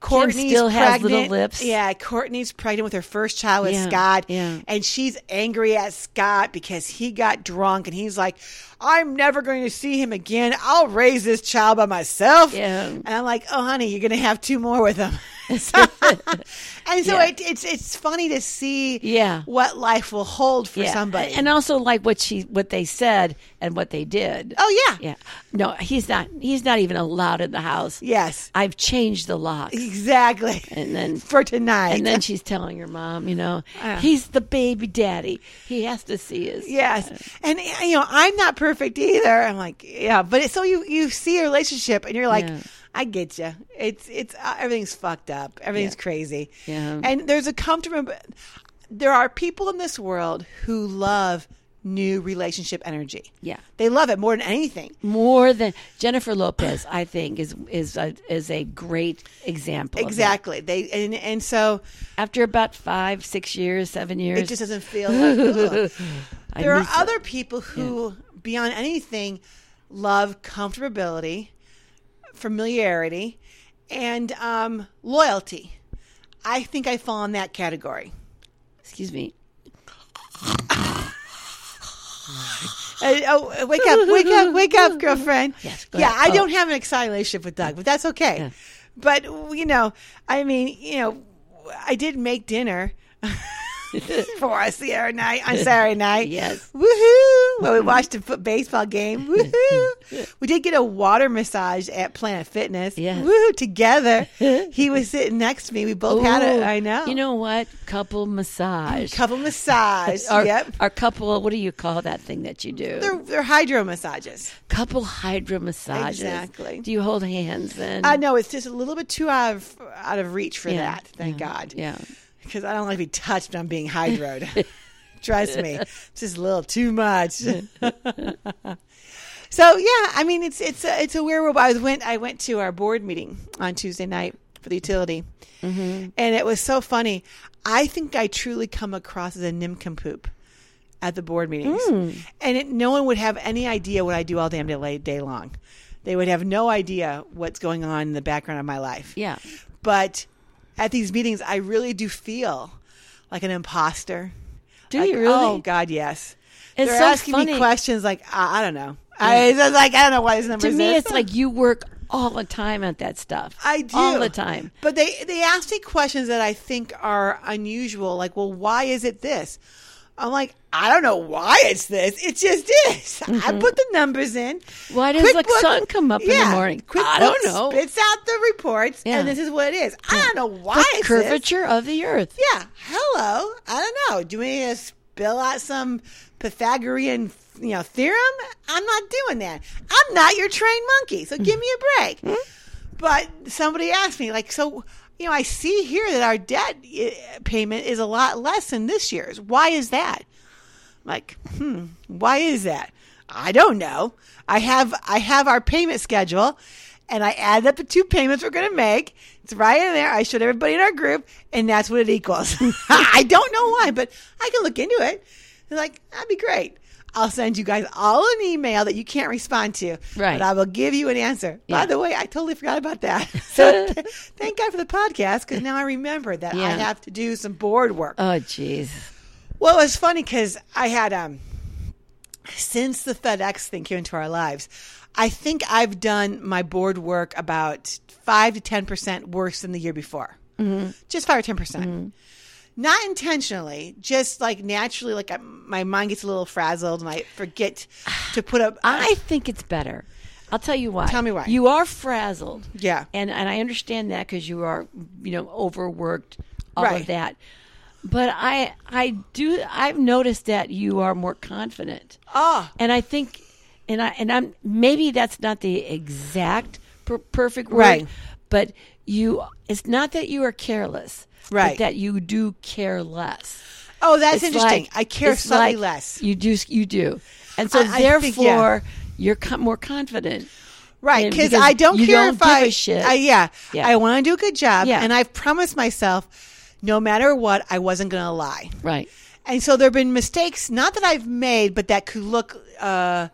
A: Courtney's
B: still has
A: pregnant.
B: little lips.
A: Yeah, Courtney's pregnant with her first child with
B: Yeah,
A: Scott,
B: yeah.
A: and she's angry at Scott because he got drunk, and he's like, "I'm never going to see him again. I'll raise this child by myself."
B: Yeah.
A: and I'm like, "Oh, honey, you're going to have two more with him." and so it, it's it's funny to see
B: Yeah.
A: what life will hold for
B: Yeah.
A: somebody.
B: and also like what she what they said and what they did.
A: oh yeah.
B: Yeah. No, he's not. He's not even allowed in the house.
A: yes,
B: I've changed the lock.
A: exactly.
B: And then,
A: for tonight,
B: and then she's telling her mom, you know, he's the baby daddy. He has to see us.
A: Yes, and you know I'm not perfect either. I'm like, yeah, but it's, so you you see a relationship and you're like,
B: Yeah.
A: I get you. It's it's uh, everything's fucked up. Everything's
B: Yeah.
A: crazy.
B: Yeah.
A: and there's a comfortable. There are people in this world who love new relationship energy.
B: Yeah.
A: they love it more than anything.
B: More than Jennifer Lopez, I think is is a, is a great example. of that.
A: Exactly. They and and so
B: After about five, six years, seven years,
A: it just doesn't feel. Like, ugh.
B: I
A: there are
B: miss it.
A: other people who, beyond anything, love comfortability, familiarity, and um, loyalty. I think I fall in that category.
B: Excuse me.
A: Uh, oh, wake up, wake up, wake up, girlfriend.
B: Yes, go
A: yeah,
B: ahead.
A: I
B: Oh.
A: don't have an exciting relationship with Doug, but that's okay.
B: Yeah.
A: But, you know, I mean, you know, I did make dinner. for us the other night on Saturday night.
B: Yes.
A: Woohoo! Well, we watched a foot baseball game. Woohoo! we did get a water massage at Planet Fitness.
B: Yes.
A: Woohoo! Together. He was sitting next to me. We both had
B: Ooh.
A: it. I know.
B: You know what? Couple massage.
A: couple massage.
B: Our,
A: yep.
B: our couple. What do you call that thing that you do?
A: They're, they're hydro massages.
B: couple hydro massages.
A: Exactly.
B: Do you hold hands then?
A: I know it's just a little bit too out of out of reach for
B: Yeah,
A: that. Thank
B: yeah,
A: God.
B: Yeah.
A: because I don't like to be touched when I'm being hydroed. Trust me, it's just a little too much. so yeah, I mean it's it's a, it's a weird world. I went I went to our board meeting on Tuesday night for the utility, and it was so funny. I think I truly come across as a nincompoop at the board meetings, and it, no one would have any idea what I do all damn day, day long. They would have no idea what's going on in the background of my life
B: Yeah.
A: but at these meetings i really do feel like an imposter
B: Do
A: Like,
B: you really?
A: oh god yes
B: It's
A: they're
B: so
A: asking
B: funny.
A: me questions like I, I don't know I, it's just like i don't know why this number
B: to
A: is
B: me,
A: this.
B: it's like you work all the time at that stuff.
A: I do
B: all the time.
A: But they they ask me questions that I think are unusual. Like, well, why is it this? I'm like, I don't know why it's this. It just is. I put the numbers in.
B: Mm-hmm. Why does
A: QuickBooks-
B: Lexan come up in the morning?
A: QuickBooks
B: I don't know.
A: Spits out the reports,
B: Yeah.
A: and this is what it is. I don't know why
B: The
A: it's this.
B: curvature of the earth.
A: Yeah. Hello. I don't know. Do we need to spill out some Pythagorean, you know, theorem? I'm not doing that. I'm not your trained monkey. So give me a break. But somebody asked me, like, so you know, I see here that our debt eh, payment is a lot less than this year's. Why is that? like hmm why is that i don't know i have i have our payment schedule and i add up the two payments we're going to make it's right in there i showed everybody in our group and that's what it equals i don't know why but i can look into it They're like that'd be great i'll send you guys all an email that you can't respond to
B: Right.
A: but i will give you an answer
B: Yeah.
A: by the way i totally forgot about that so th- thank god for the podcast because now i remember that i
B: Yeah.
A: have to do some board work
B: Oh, jeez.
A: well, it was funny because I had um, since the FedEx thing came into our lives, I think I've done my board work about five to ten percent worse than the year before.
B: Mm-hmm.
A: Just five or ten percent, not intentionally, just like naturally. Like I, my mind gets a little frazzled, and I forget to put up.
B: I think it's better. I'll tell you why.
A: Tell me why.
B: You are frazzled.
A: Yeah.
B: And and I understand that because you are, you know, overworked, all
A: Right.
B: of that. But I I do I've noticed that you are more confident.
A: Ah.
B: And I think and I and I'm maybe that's not the exact per- perfect word,
A: Right.
B: but you it's not that you are careless, but
A: Right.
B: that you do care less.
A: oh, that's
B: It's
A: interesting.
B: like-
A: I care
B: it's
A: slightly
B: like
A: less,
B: You do. You do. And so
A: I- I
B: therefore,
A: think, yeah.
B: you're com- more confident.
A: right?
B: and
A: Because
B: because
A: I don't
B: you
A: care
B: don't
A: if
B: give
A: I
B: a shit.
A: I- yeah,
B: Yeah.
A: I want to do a good job,
B: Yeah.
A: and I've promised myself, no matter what, I wasn't going to lie.
B: Right.
A: And so there have been mistakes, not that I've made, but that could look uh,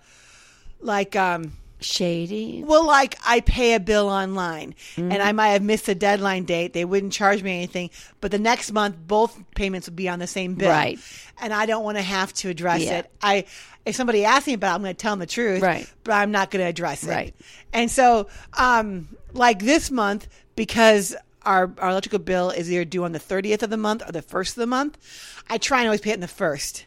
A: like, um,
B: Shady.
A: well, like I pay a bill online
B: Hmm.
A: and I might have missed a deadline date. They wouldn't charge me anything, but the next month both payments would be on the same bill.
B: Right.
A: And I don't want to have to address
B: Yeah.
A: it. I if somebody asks me about, it, I'm going to tell them the truth.
B: Right.
A: But I'm not going to address it.
B: Right.
A: And so, um, like this month, because our, our electrical bill is either due on the 30th of the month or the first of the month. I try and always pay it in the first.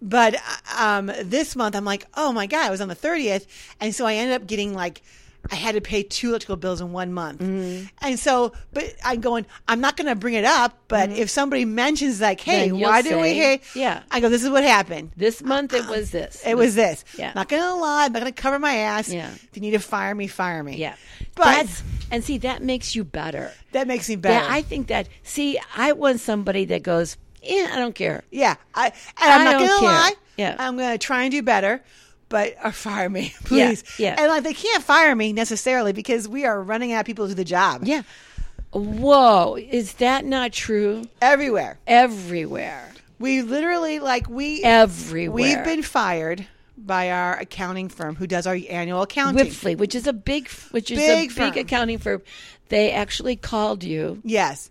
A: But um, this month, I'm like, oh my God, I was on the 30th. And so I ended up getting like, I had to pay two electrical bills in one month.
B: Mm-hmm.
A: And so, but I'm going, I'm not going to bring it up. But if somebody mentions, like, hey,
B: Mm-hmm. Then you'll
A: why did we
B: say,
A: hey?
B: yeah.
A: I go, this is what happened.
B: This month it was this.
A: It was this.
B: Yeah.
A: Not gonna lie. I'm not gonna cover my ass.
B: Yeah.
A: If you need to fire me, fire me.
B: Yeah.
A: But
B: That's, and see, that makes you better.
A: that makes me better.
B: Yeah, I think that. See, I want somebody that goes, eh, I don't care.
A: Yeah, I, and I'm
B: I
A: not
B: don't
A: gonna
B: care.
A: lie.
B: Yeah.
A: I'm gonna try and do better, but uh, fire me,
B: Yeah,
A: please.
B: yeah.
A: And like they can't fire me necessarily because we are running out of people to do the job.
B: Yeah. Whoa, is that not true?
A: Everywhere,
B: Everywhere.
A: we literally like we
B: Everywhere.
A: we've been fired by our accounting firm who does our annual accounting.
B: Whipfley, which is a big, which is
A: Big
B: a
A: firm.
B: big accounting firm. They actually called you,
A: yes.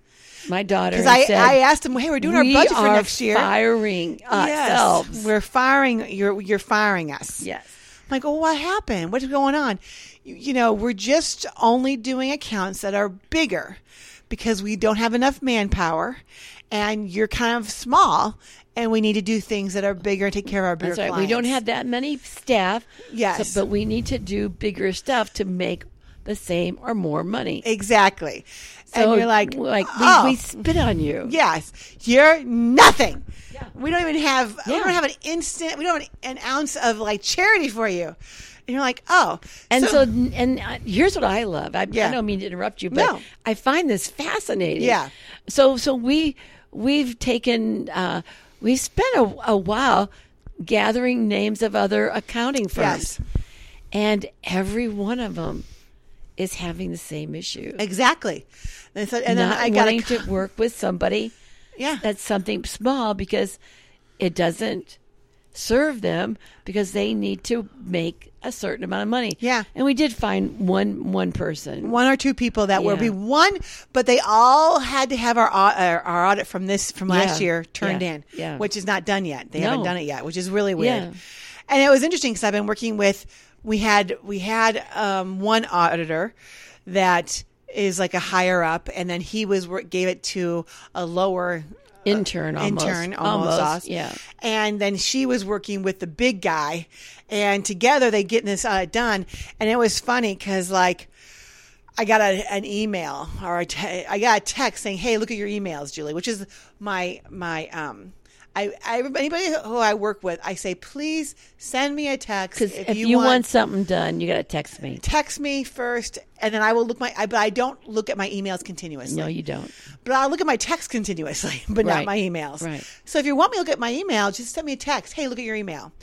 B: my daughter, and
A: Because I,
B: said,
A: I asked them, hey, we're doing
B: "We
A: our budget for
B: are
A: next year.
B: firing uh, ourselves."
A: We're firing you're you're firing us.
B: Yes.
A: I'm like, well, what happened? What's going on? You, you know, we're just only doing accounts that are bigger because we don't have enough manpower and you're kind of small and we need to do things that are bigger and take care of our bigger
B: That's right. We don't
A: clients.
B: have that many staff.
A: Yes.
B: but we need to do bigger stuff to make the same or more money.
A: Exactly.
B: So,
A: and you're like,
B: like we,
A: oh,
B: we spit on you.
A: yes, you're nothing. We don't even have we
B: Yeah.
A: don't have an instant we don't have an ounce of like charity for you. And you're like, oh.
B: And so, and uh, here's what I love. I,
A: Yeah.
B: I don't mean to interrupt you, but
A: No.
B: I find this fascinating.
A: Yeah.
B: So, so we we've taken uh, we spent a, a while gathering names of other accounting
A: Yes.
B: firms, and every one of them is having the same issue.
A: Exactly. And, so, and then
B: Not
A: I got a,
B: wanting
A: co-
B: to work with somebody
A: yeah.
B: that's something small because it doesn't serve them because they need to make a certain amount of money.
A: Yeah.
B: And we did find one one person.
A: one or two people that were
B: Yeah.
A: be one, but they all had to have our au- our, our audit from this from last
B: Yeah.
A: year turned
B: Yeah.
A: in,
B: Yeah.
A: which is not done yet. They
B: No.
A: haven't done it yet, which is really weird.
B: Yeah.
A: And it was interesting because I've been working with we had we had um, one auditor that is like a higher up, and then he was wor- gave it to a lower
B: intern almost.
A: uh, intern almost, us.
B: Yeah.
A: And then she was working with the big guy, and together they getting this uh, done. And it was funny because like. I got a, an email or a te- I got a text saying, "Hey, look at your emails, Julie," which is my my um. I, I anybody who I work with, I say, please send me a text
B: Because if, you, want, something done, you got to text me.
A: text me first, and then I will look my. I, but I don't look at my emails continuously.
B: No, you don't.
A: But I look at my text continuously, but not
B: Right.
A: my emails.
B: Right.
A: So if you want me to look at my email, just send me a text. Hey, look at your email.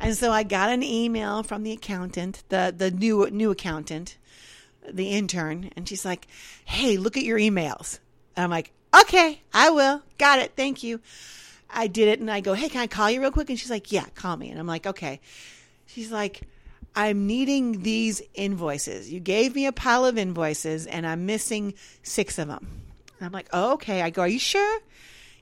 A: And so I got an email from the accountant, the the new new accountant, the intern, and she's like, "Hey, look at your emails." And I'm like, "Okay, I will. Got it. Thank you." I did it, and I go, "Hey, can I call you real quick?" And she's like, "Yeah, call me." And I'm like, "Okay." She's like, I'm needing these invoices. You gave me a pile of invoices and I'm missing six of them. And I'm like, oh, okay. I go, are you sure?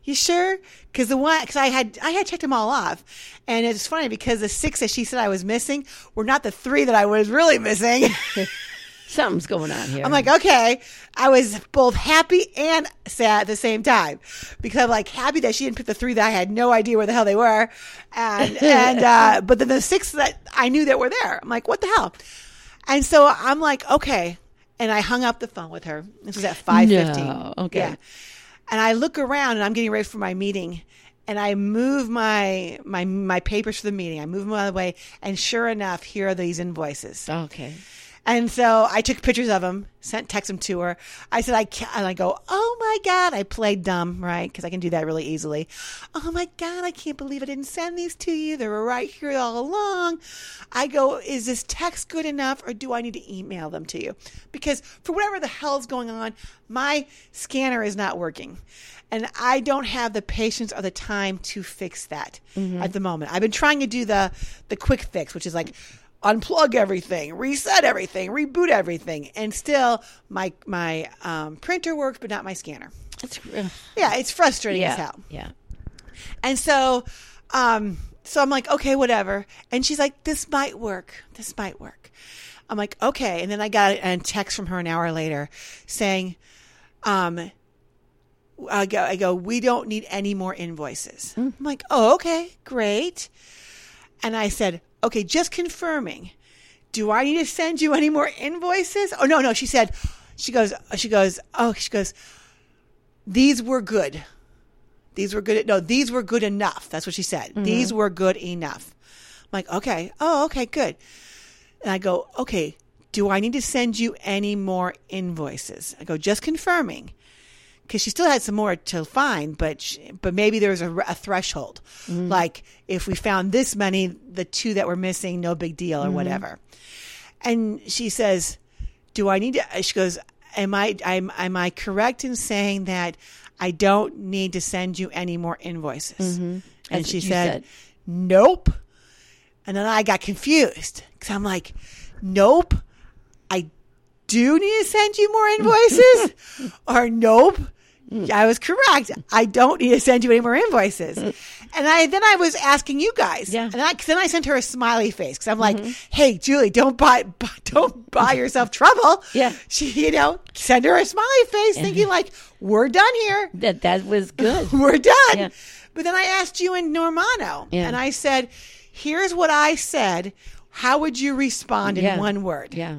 A: You sure? Because the one, because I had, I had checked them all off, and it's funny because the six that she said I was missing were not the three that I was really missing.
B: Something's going on here.
A: I'm like, okay. I was both happy and sad at the same time because I'm like happy that she didn't pick the three that I had no idea where the hell they were, and and uh, but then the six that I knew that were there, I'm like, what the hell? And so I'm like, okay. And I hung up the phone with her. This was at five fifteen.
B: No, okay.
A: And I look around and I'm getting ready for my meeting. And I move my my my papers for the meeting. I move them out of the way, and sure enough, here are these invoices.
B: okay.
A: And so I took pictures of him, sent text him to her. I said, I can't, and I go, oh my God, I played dumb, right? Because I can do that really easily. Oh my God, I can't believe I didn't send these to you. They were right here all along. I go, is this text good enough or do I need to email them to you? Because for whatever the hell's going on, my scanner is not working. And I don't have the patience or the time to fix that at the moment. I've been trying to do the the quick fix, which is like unplug everything, reset everything, reboot everything, and still my my um, printer works, but not my scanner.
B: That's, ugh.
A: Yeah, it's frustrating as
B: yeah.
A: hell.
B: Yeah.
A: And so, um, so I'm like, okay, whatever. And she's like, this might work. This might work. I'm like, okay. And then I got a text from her an hour later saying, um, I go, I go, we don't need any more invoices. I'm like, oh, okay, great. And I said, okay, just confirming. Do I need to send you any more invoices? Oh, no, no. She said, she goes, she goes, oh, she goes, these were good. These were good. No, these were good enough. That's what she said. These were good enough. I'm like, okay. Oh, okay, good. And I go, okay, do I need to send you any more invoices? I go, just confirming. Because she still had some more to find, but she, but maybe there was a, re- a threshold.
B: Mm-hmm.
A: Like if we found this many, the two that were missing, no big deal or
B: Mm-hmm.
A: whatever. And she says, "Do I need to?" uh, She goes, "Am I am am I correct in saying that I don't need to send you any more invoices?" And
B: Mm-hmm. That's
A: she
B: what you
A: said,
B: said.
A: "Nope." And then I got confused because I'm like, nope, I do need to send you more invoices, or nope, I was correct. I don't need to send you any more invoices. And I then I was asking you guys,
B: Yeah. Mm-hmm.
A: And I, 'cause then I sent her a smiley face because I'm like, hey, Julie, don't buy, bu- don't buy yourself trouble.
B: Yeah.
A: she, you know, send her a smiley face, thinking like, we're done here
B: That that was good.
A: we're done.
B: Yeah.
A: But then I asked you and Normano,
B: Yeah.
A: and I said, here's what I said. How would you respond in
B: Yeah.
A: one word?
B: yeah.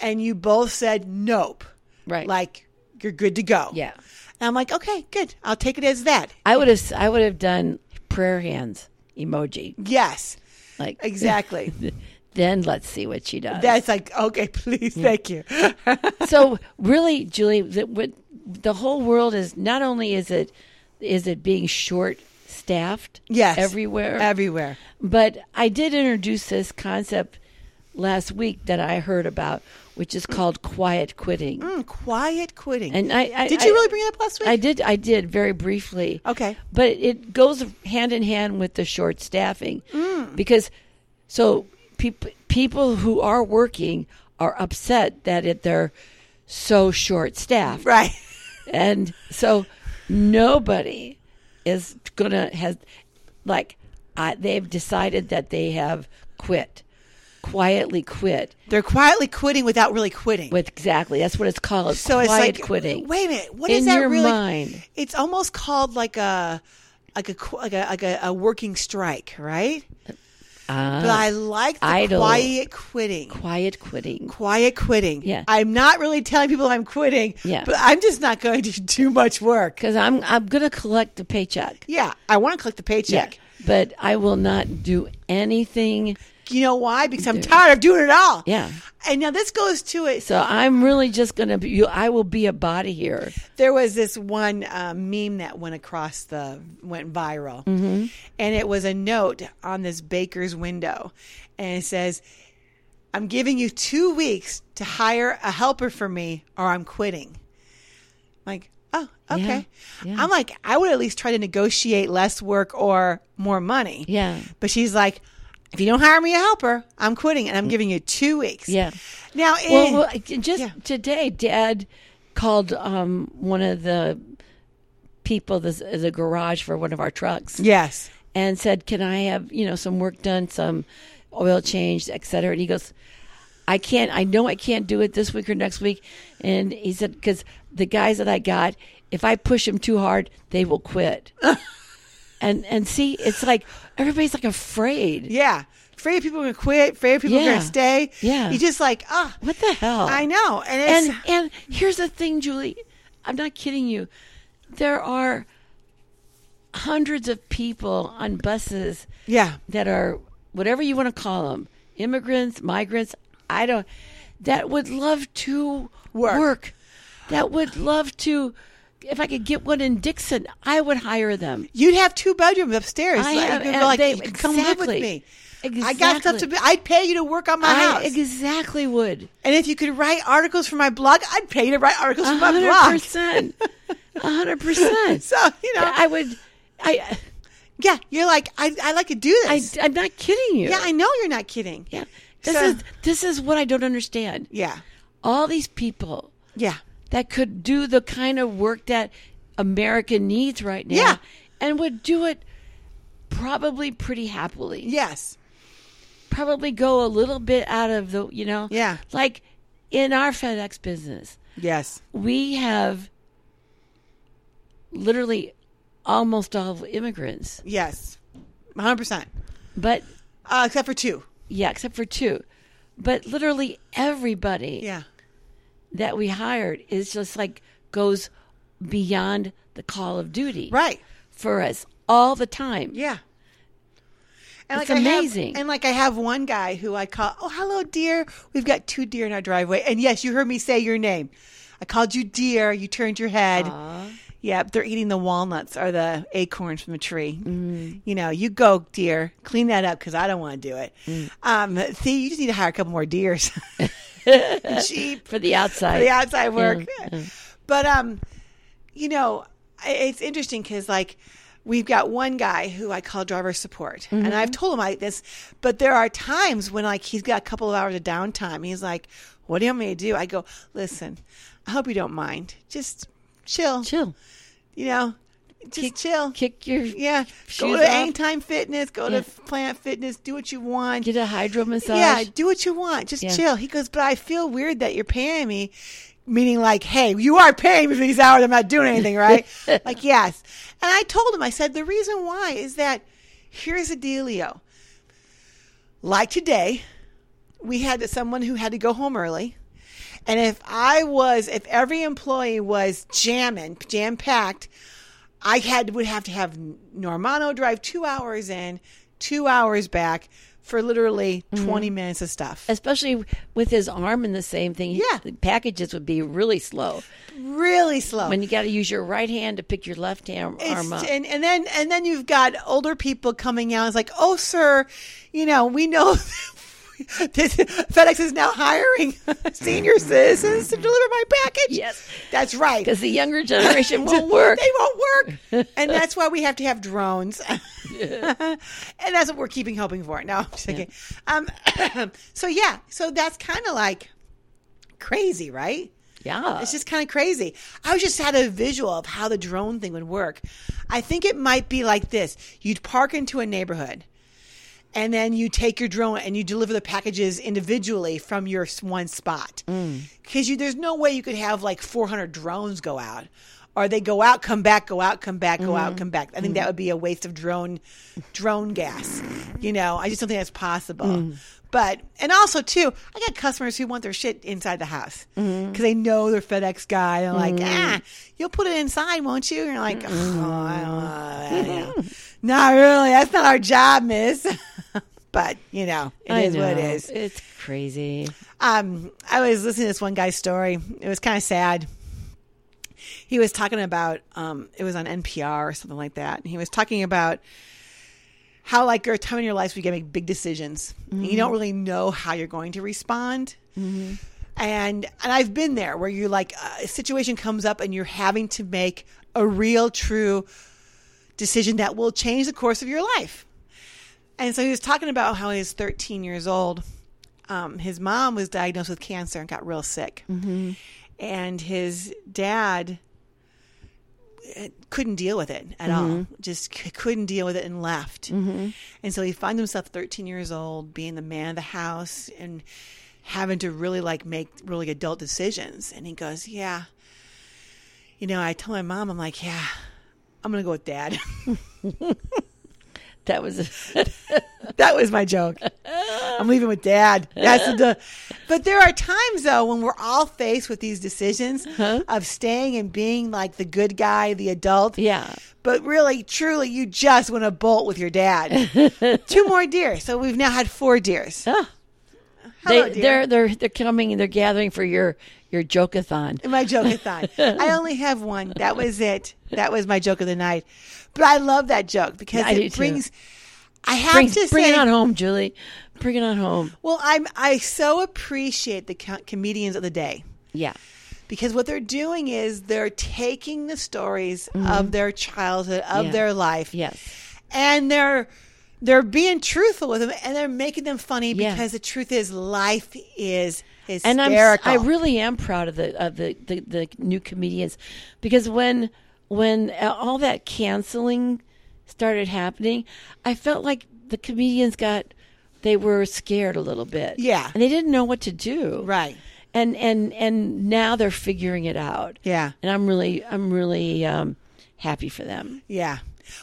A: And you both said, nope.
B: Right.
A: Like, you're good to go.
B: Yeah.
A: And I'm like, okay, good. I'll take it as that.
B: I would have I would have done prayer hands emoji.
A: Yes,
B: Like
A: exactly.
B: Then let's see what she does.
A: That's like, okay, please, thank you.
B: so really, Julie, the, what, the whole world is not only is it is it being short staffed
A: Yes.
B: everywhere
A: Everywhere.
B: But I did introduce this concept last week that I heard about, which is called quiet quitting.
A: Mm, quiet quitting.
B: And I, I
A: Did you
B: I-
A: really bring it up last week?
B: I did. I did very briefly.
A: Okay.
B: but it goes hand in hand with the short staffing
A: Mm.
B: because so people people who are working are upset that it, they're so short staffed,
A: right.
B: and so nobody is gonna has like I, they've decided that they have quit quietly quit
A: They're quietly quitting without really quitting.
B: with exactly that's what it's called
A: So
B: quiet
A: it's like
B: quitting
A: Wait a minute, what
B: in
A: is that
B: your
A: really?
B: mind
A: It's almost called like a like a qu- like a like a, a working strike, right?
B: Ah,
A: But I like the
B: idle.
A: quiet quitting.
B: quiet quitting
A: Quiet quitting.
B: Yeah.
A: I'm not really telling people I'm quitting.
B: Yeah.
A: But I'm just not going to do much work.
B: because I'm I'm gonna collect the paycheck.
A: Yeah. I want to collect the paycheck.
B: but I will not do anything.
A: You know why? Because I'm tired of doing it all.
B: Yeah.
A: And now this goes to it.
B: So I'm really just gonna be. You, I will be a body here.
A: there was this one uh, meme that went across the went viral
B: Mm-hmm.
A: and it was a note on this baker's window and it says i'm giving you two weeks to hire a helper for me or i'm quitting like oh okay
B: Yeah,
A: i'm like i would at least try to negotiate less work or more money
B: Yeah.
A: but she's like if you don't hire me a helper i'm quitting and i'm giving you two weeks
B: Mm. Yeah.
A: now eh,
B: Well, well just
A: Yeah.
B: today, Dad called um, one of the people the the garage for one of our trucks
A: yes
B: and said, "Can I have you know some work done, some oil changed, et cetera?" And he goes, "I can't. I know I can't do it this week or next week." And he said, "Because the guys that I got, if I push them too hard, they will quit." and and see, it's like everybody's like afraid.
A: Yeah. Afraid people are going to quit. Afraid people are
B: Yeah.
A: going to stay.
B: Yeah.
A: You just like, ah,
B: What the hell?
A: I know. And it's,
B: and and here's the thing, Julie. I'm not kidding you. There are hundreds of people on buses
A: yeah.
B: that are whatever you want to call them immigrants migrants i don't that would love to
A: Work.
B: that would love to if i could get one in dixon i would hire them
A: You'd have two bedrooms upstairs.
B: I
A: like,
B: have-
A: you'd be
B: and
A: like,
B: they-
A: "You can come live with
B: exactly.
A: me. I
B: exactly
A: got stuff to be, I'd pay you to work on my
B: I
A: house.
B: exactly would
A: and if you could write articles for my blog, I'd pay you to write articles for my blog.
B: 100% 100%
A: So, you know,
B: i would i
A: yeah, you're like, I, I like to do
B: I,
A: this.
B: I'm not kidding you.
A: yeah, I know you're not kidding.
B: yeah. This
A: So-
B: is this is what I don't understand.
A: Yeah.
B: All these people
A: Yeah.
B: that could do the kind of work that America needs right now
A: Yeah.
B: and would do it probably pretty happily.
A: Yes.
B: Probably go a little bit out of the, you know,
A: Yeah.
B: like in our FedEx business.
A: Yes.
B: we have literally almost all immigrants,
A: Yes. 100%.
B: but
A: Uh, except for two.
B: yeah, except for two. But literally everybody
A: Yeah.
B: that we hired is just like goes beyond the call of duty
A: Right.
B: for us all the time.
A: Yeah. And
B: It's
A: I have-
B: amazing.
A: and like I have one guy who I call, oh, hello, dear. We've got two deer in our driveway. And yes, you heard me say your name. I called you dear. You turned your head. Yep, they're eating the walnuts or the acorns from the tree.
B: Mm.
A: You know, you go, deer. Clean that up because I don't want to do it.
B: Mm.
A: Um, see, you just need to hire a couple more deers. Cheap
B: For the outside.
A: the outside work. But um, you know, I- it's interesting because like we've got one guy who I call driver support,
B: Mm-hmm.
A: and I've told him I this, but there are times when like he's got a couple of hours of downtime. He's like, "What do you want me to do?" I go, "Listen, I hope you don't mind. Just chill.
B: Chill.
A: You know, just chill."
B: Kick your
A: yeah, go
B: shoes
A: to
B: off.
A: Anytime Fitness, go
B: Yeah.
A: to Plant Fitness, do what you want.
B: get a hydro massage.
A: Yeah, do what you want. Just
B: Yeah.
A: chill. He goes, but I feel weird that you're paying me. Meaning, like, hey, you are paying me for these hours. I'm not doing anything, right? like, yes. And I told him, I said, the reason why is that here's the dealio. Like today, we had someone who had to go home early. And if I was, if every employee was jamming, jam packed, I had would have to have Normano drive two hours in, two hours back for literally
B: Mm-hmm.
A: twenty minutes of stuff.
B: Especially with his arm in the same thing.
A: Yeah.
B: The packages would be really slow.
A: really slow.
B: When you got to use your right hand to pick your left hand
A: It's-
B: arm up.
A: and, and then and then you've got older people coming out. It's like, oh, sir, you know, we know this, FedEx is now hiring senior citizens to deliver my package.
B: Yes.
A: that's right.
B: Because the younger generation won't work.
A: They won't work. And that's why we have to have drones. and that's what we're keeping hoping for. No, I'm just kidding. Um, so, yeah. So that's kind of like crazy, right?
B: Yeah.
A: It's just kind of crazy. I was just had a visual of how the drone thing would work. I think it might be like this you'd park into a neighborhood. And then you take your drone and you deliver the packages individually from your s- one spot. Because you there's no way you could have like 400 drones go out, or they go out, come back, go out, come back, go out, come back. I think that would be a waste of drone drone gas. You know, I just don't think that's possible. But and also too, I got customers who want their shit inside the house because they know they're FedEx guy. They're like, ah, you'll put it inside, won't you? And you're like, oh, I don't know. I don't know." not really. That's not our job, Miss. but you know, it is
B: I
A: what it
B: know.
A: is.
B: It's crazy.
A: Um, I was listening to this one guy's story. It was kind of sad. He was talking about um, it was on NPR or something like that, and he was talking about how like your time in your life where you got to make big decisions. and You don't really know how you're going to respond. And and I've been there where you like uh, a situation comes up and you're having to make a real true decision that will change the course of your life. And so he was talking about how he was 13 years old. Um, his mom was diagnosed with cancer and got real sick. And his dad uh, couldn't deal with it at all, just c- couldn't deal with it and left. And so he found himself 13 years old, being the man of the house and having to really like make really adult decisions. And he goes, Yeah. You know, I told my mom, I'm like, Yeah, I'm going to go with dad.
B: That was
A: That was my joke. I'm leaving with dad. That's the. But there are times though when we're all faced with these decisions
B: Uh-huh.
A: of staying and being like the good guy, the adult.
B: yeah.
A: But really, truly, you just want to bolt with your dad. Two more deer. So we've now had four deers.
B: Ah.
A: Hello,
B: they,
A: dear.
B: they're they're they're coming and they're gathering for your your jokeathon.
A: My joke-a-thon. I only have one. That was it. That was my joke of the night. But I love that joke because
B: I do,
A: it
B: too.
A: brings. I have
B: Bring,
A: to
B: bring
A: say,
B: it on home, Julie. Bring it on home.
A: well, I'm I so appreciate the co- comedians of the day.
B: Yeah.
A: because what they're doing is they're taking the stories of their childhood of
B: Mm-hmm. Yeah.
A: their life
B: Yes.
A: and they're they're being truthful with them and they're making them funny
B: Yeah.
A: because the truth is life is hysterical
B: And I'm s- I really am proud of the of the, the the new comedians because when when uh, all that canceling started happening, I felt like the comedians got they were scared a little bit.
A: Yeah.
B: And they didn't know what to do.
A: right
B: and and and now they're figuring it out.
A: Yeah.
B: and I'm really I'm really um, happy for them.
A: Yeah.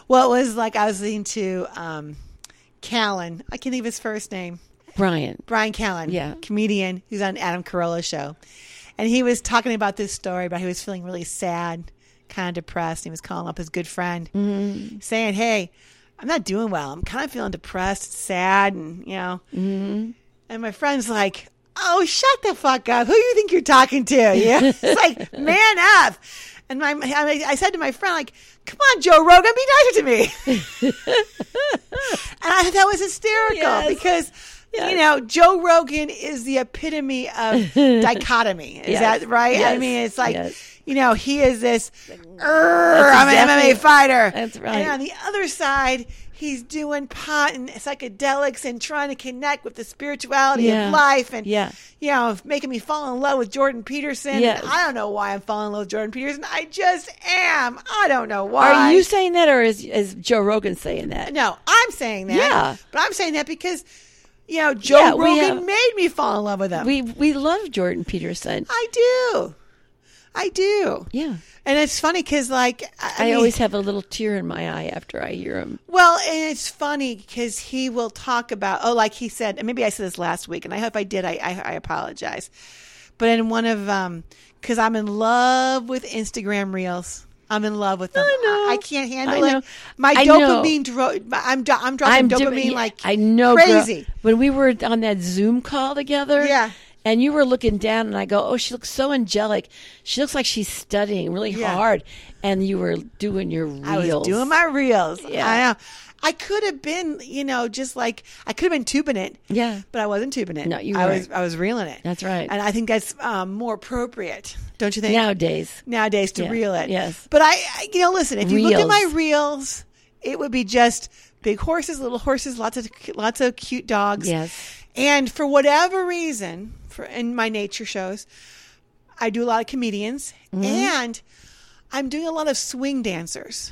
A: Well, it was like I was listening to um, Callan. I can't think of his first name.
B: Brian,
A: Brian Callen,
B: Yeah.
A: comedian who's on Adam Carolla's show. And he was talking about this story about he was feeling really sad, kind of depressed. He was calling up his good friend,
B: Mm-hmm.
A: saying, Hey, I'm not doing well. I'm kind of feeling depressed, sad, and, you know.
B: Mm-hmm.
A: And my friend's like, Oh, shut the fuck up. Who do you think you're talking to? Yeah. it's like, man up. And my, I, I said to my friend, like, come on, Joe Rogan, be nicer to me. and I thought that was hysterical
B: Yes.
A: because
B: Yes.
A: you know Joe Rogan is the epitome of dichotomy. Is
B: Yes.
A: that right? I
B: Yes.
A: mean, it's like
B: Yes.
A: you know he is this. "Err, I'm
B: exactly-
A: an MMA fighter.
B: that's right.
A: And on the other side, he's doing pot and psychedelics and trying to connect with the spirituality
B: Yeah.
A: of life and
B: Yeah.
A: you know making me fall in love with Jordan Peterson.
B: Yes.
A: I don't know why I'm falling in love with Jordan Peterson. I just am. I don't know why.
B: are you saying that, or is is Joe Rogan saying that?
A: No, I'm saying that.
B: Yeah.
A: But I'm saying that because, you know, Joe
B: Yeah, we
A: Rogan
B: have-
A: made me fall in love with him.
B: We we love Jordan Peterson.
A: I do. I do.
B: Yeah,
A: And it's funny because, like, I,
B: I,
A: mean,
B: always have a little tear in my eye after I hear him.
A: Well, and it's funny because he will talk about, oh, like he said, and maybe I said this last week, and I hope I did. I, I, I apologize. But in one of, um, because I'm in love with Instagram Reels. I'm in love with them. I
B: know.
A: I, can't handle
B: I know.
A: it. My
B: I know.
A: dopamine, dro- I'm do- I'm dropping
B: doing-
A: dopamine like
B: I know, girl.
A: crazy.
B: When we were on that Zoom call together,
A: Yeah.
B: and you were looking down, and I go, "Oh, she looks so angelic. She looks like she's studying really
A: Yeah.
B: hard." And you were doing your reels.
A: I was doing my reels.
B: Yeah.
A: I, know. I could have been, you know, just like I could have been tubing it.
B: Yeah.
A: But I wasn't tubing it.
B: No, you
A: I
B: weren't.
A: was I was reeling it.
B: That's right.
A: And I think that's um, more appropriate, don't you think?
B: nowadays.
A: Nowadays to
B: Yeah.
A: reel it.
B: Yes.
A: But I, I you know, listen, if you look at
B: Reels.
A: my reels, it would be just big horses, little horses, lots of lots of cute dogs.
B: Yes.
A: And for whatever reason, for in my nature shows, I do a lot of comedians
B: Mm-hmm.
A: and I'm doing a lot of swing dancers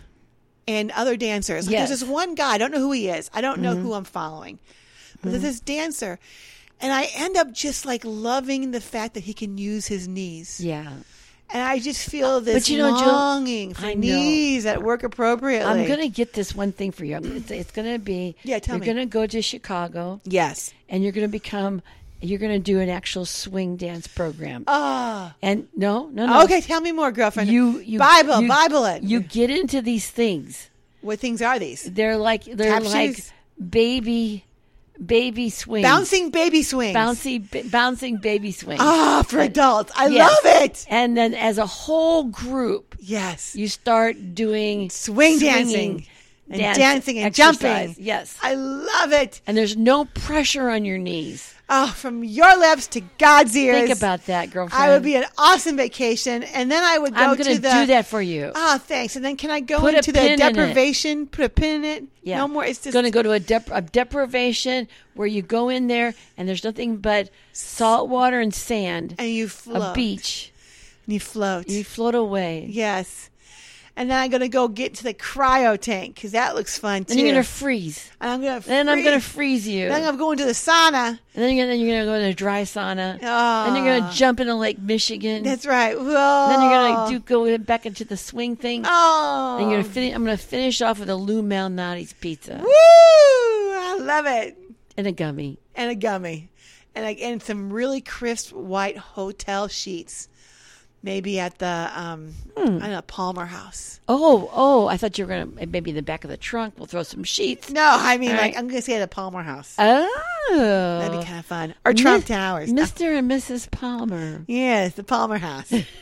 A: and other dancers. Like,
B: Yes. Mm-hmm.
A: There's this one guy, I don't know who he is. I don't know who I'm following. But there's this dancer and I end up just like loving the fact that he can use his knees.
B: Yeah.
A: And I just feel this
B: you know, Jill,
A: longing for
B: I know.
A: knees that work appropriately.
B: I'm gonna get this one thing for you. I'm gonna, it's, it's gonna be
A: Yeah, tell
B: you're
A: me.
B: gonna go to Chicago
A: Yes.
B: and you're gonna become you're gonna do an actual swing dance program.
A: Oh.
B: and no, no, no.
A: Okay, tell me more, girlfriend.
B: You, you
A: Bible,
B: you-
A: Bible it.
B: You get into these things.
A: what things are these?
B: They're like they're
A: Tap
B: like
A: shoes?
B: baby baby swings.
A: Bouncing baby swings.
B: bouncy b- bouncing baby swings.
A: Ah, for adults. I
B: Yes.
A: love it.
B: And then as a whole group
A: Yes.
B: you start doing
A: Swing
B: swinging
A: dancing. And
B: dance
A: dancing and
B: exercise.
A: jumping.
B: Yes.
A: I love it.
B: and there's no pressure on your knees.
A: Oh, from your lips to God's ears.
B: Think about that, girlfriend.
A: I would be an awesome vacation, and then I would go
B: I'm
A: to
B: going to
A: the.
B: do that for you.
A: Ah, thanks. And then can I go
B: Put a
A: into the
B: pin in it.
A: deprivation? Put a pin in it.
B: yeah.
A: No more. It's just
B: going to go to a, dep- a deprivation where you go in there and there's nothing but salt water and sand,
A: and you float.
B: a beach.
A: And you float.
B: You float away.
A: yes. And then I'm going to go get to the cryo tank because that looks fun too.
B: Then you're going to freeze.
A: and I'm going to.
B: Then I'm Mm. going to freeze you.
A: Then I'm going to the sauna.
B: and then you're going to go to a dry sauna. And you're going
A: Ah.
B: to jump into Lake Michigan.
A: That's right. Whoa.
B: then you're going to do go in- back into the swing thing.
A: Oh.
B: And you're gonna finish, I'm going to finish off with a Lou Malnati's pizza
A: Woo! I love it.
B: and a gummy.
A: and a gummy, and a, and some really crisp white hotel sheets. Maybe at the um,
B: Hmm.
A: I don't know Palmer House.
B: Oh, oh, I thought you were going to maybe in the back of the trunk, we'll throw some sheets.
A: No, I mean
B: All
A: like
B: right.
A: I'm gonna say at a Palmer House.
B: Oh.
A: That'd be kind of fun. Or Trump
B: Mi-
A: Towers. No.
B: Mr. and Mrs. Palmer.
A: Yes, the Palmer House.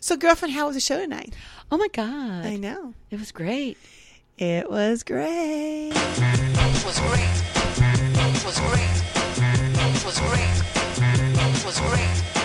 A: so, girlfriend, how was the show tonight?
B: Oh my God.
A: I know
B: It was great.
A: it was great.
C: was great. Was great. Was great. Was great.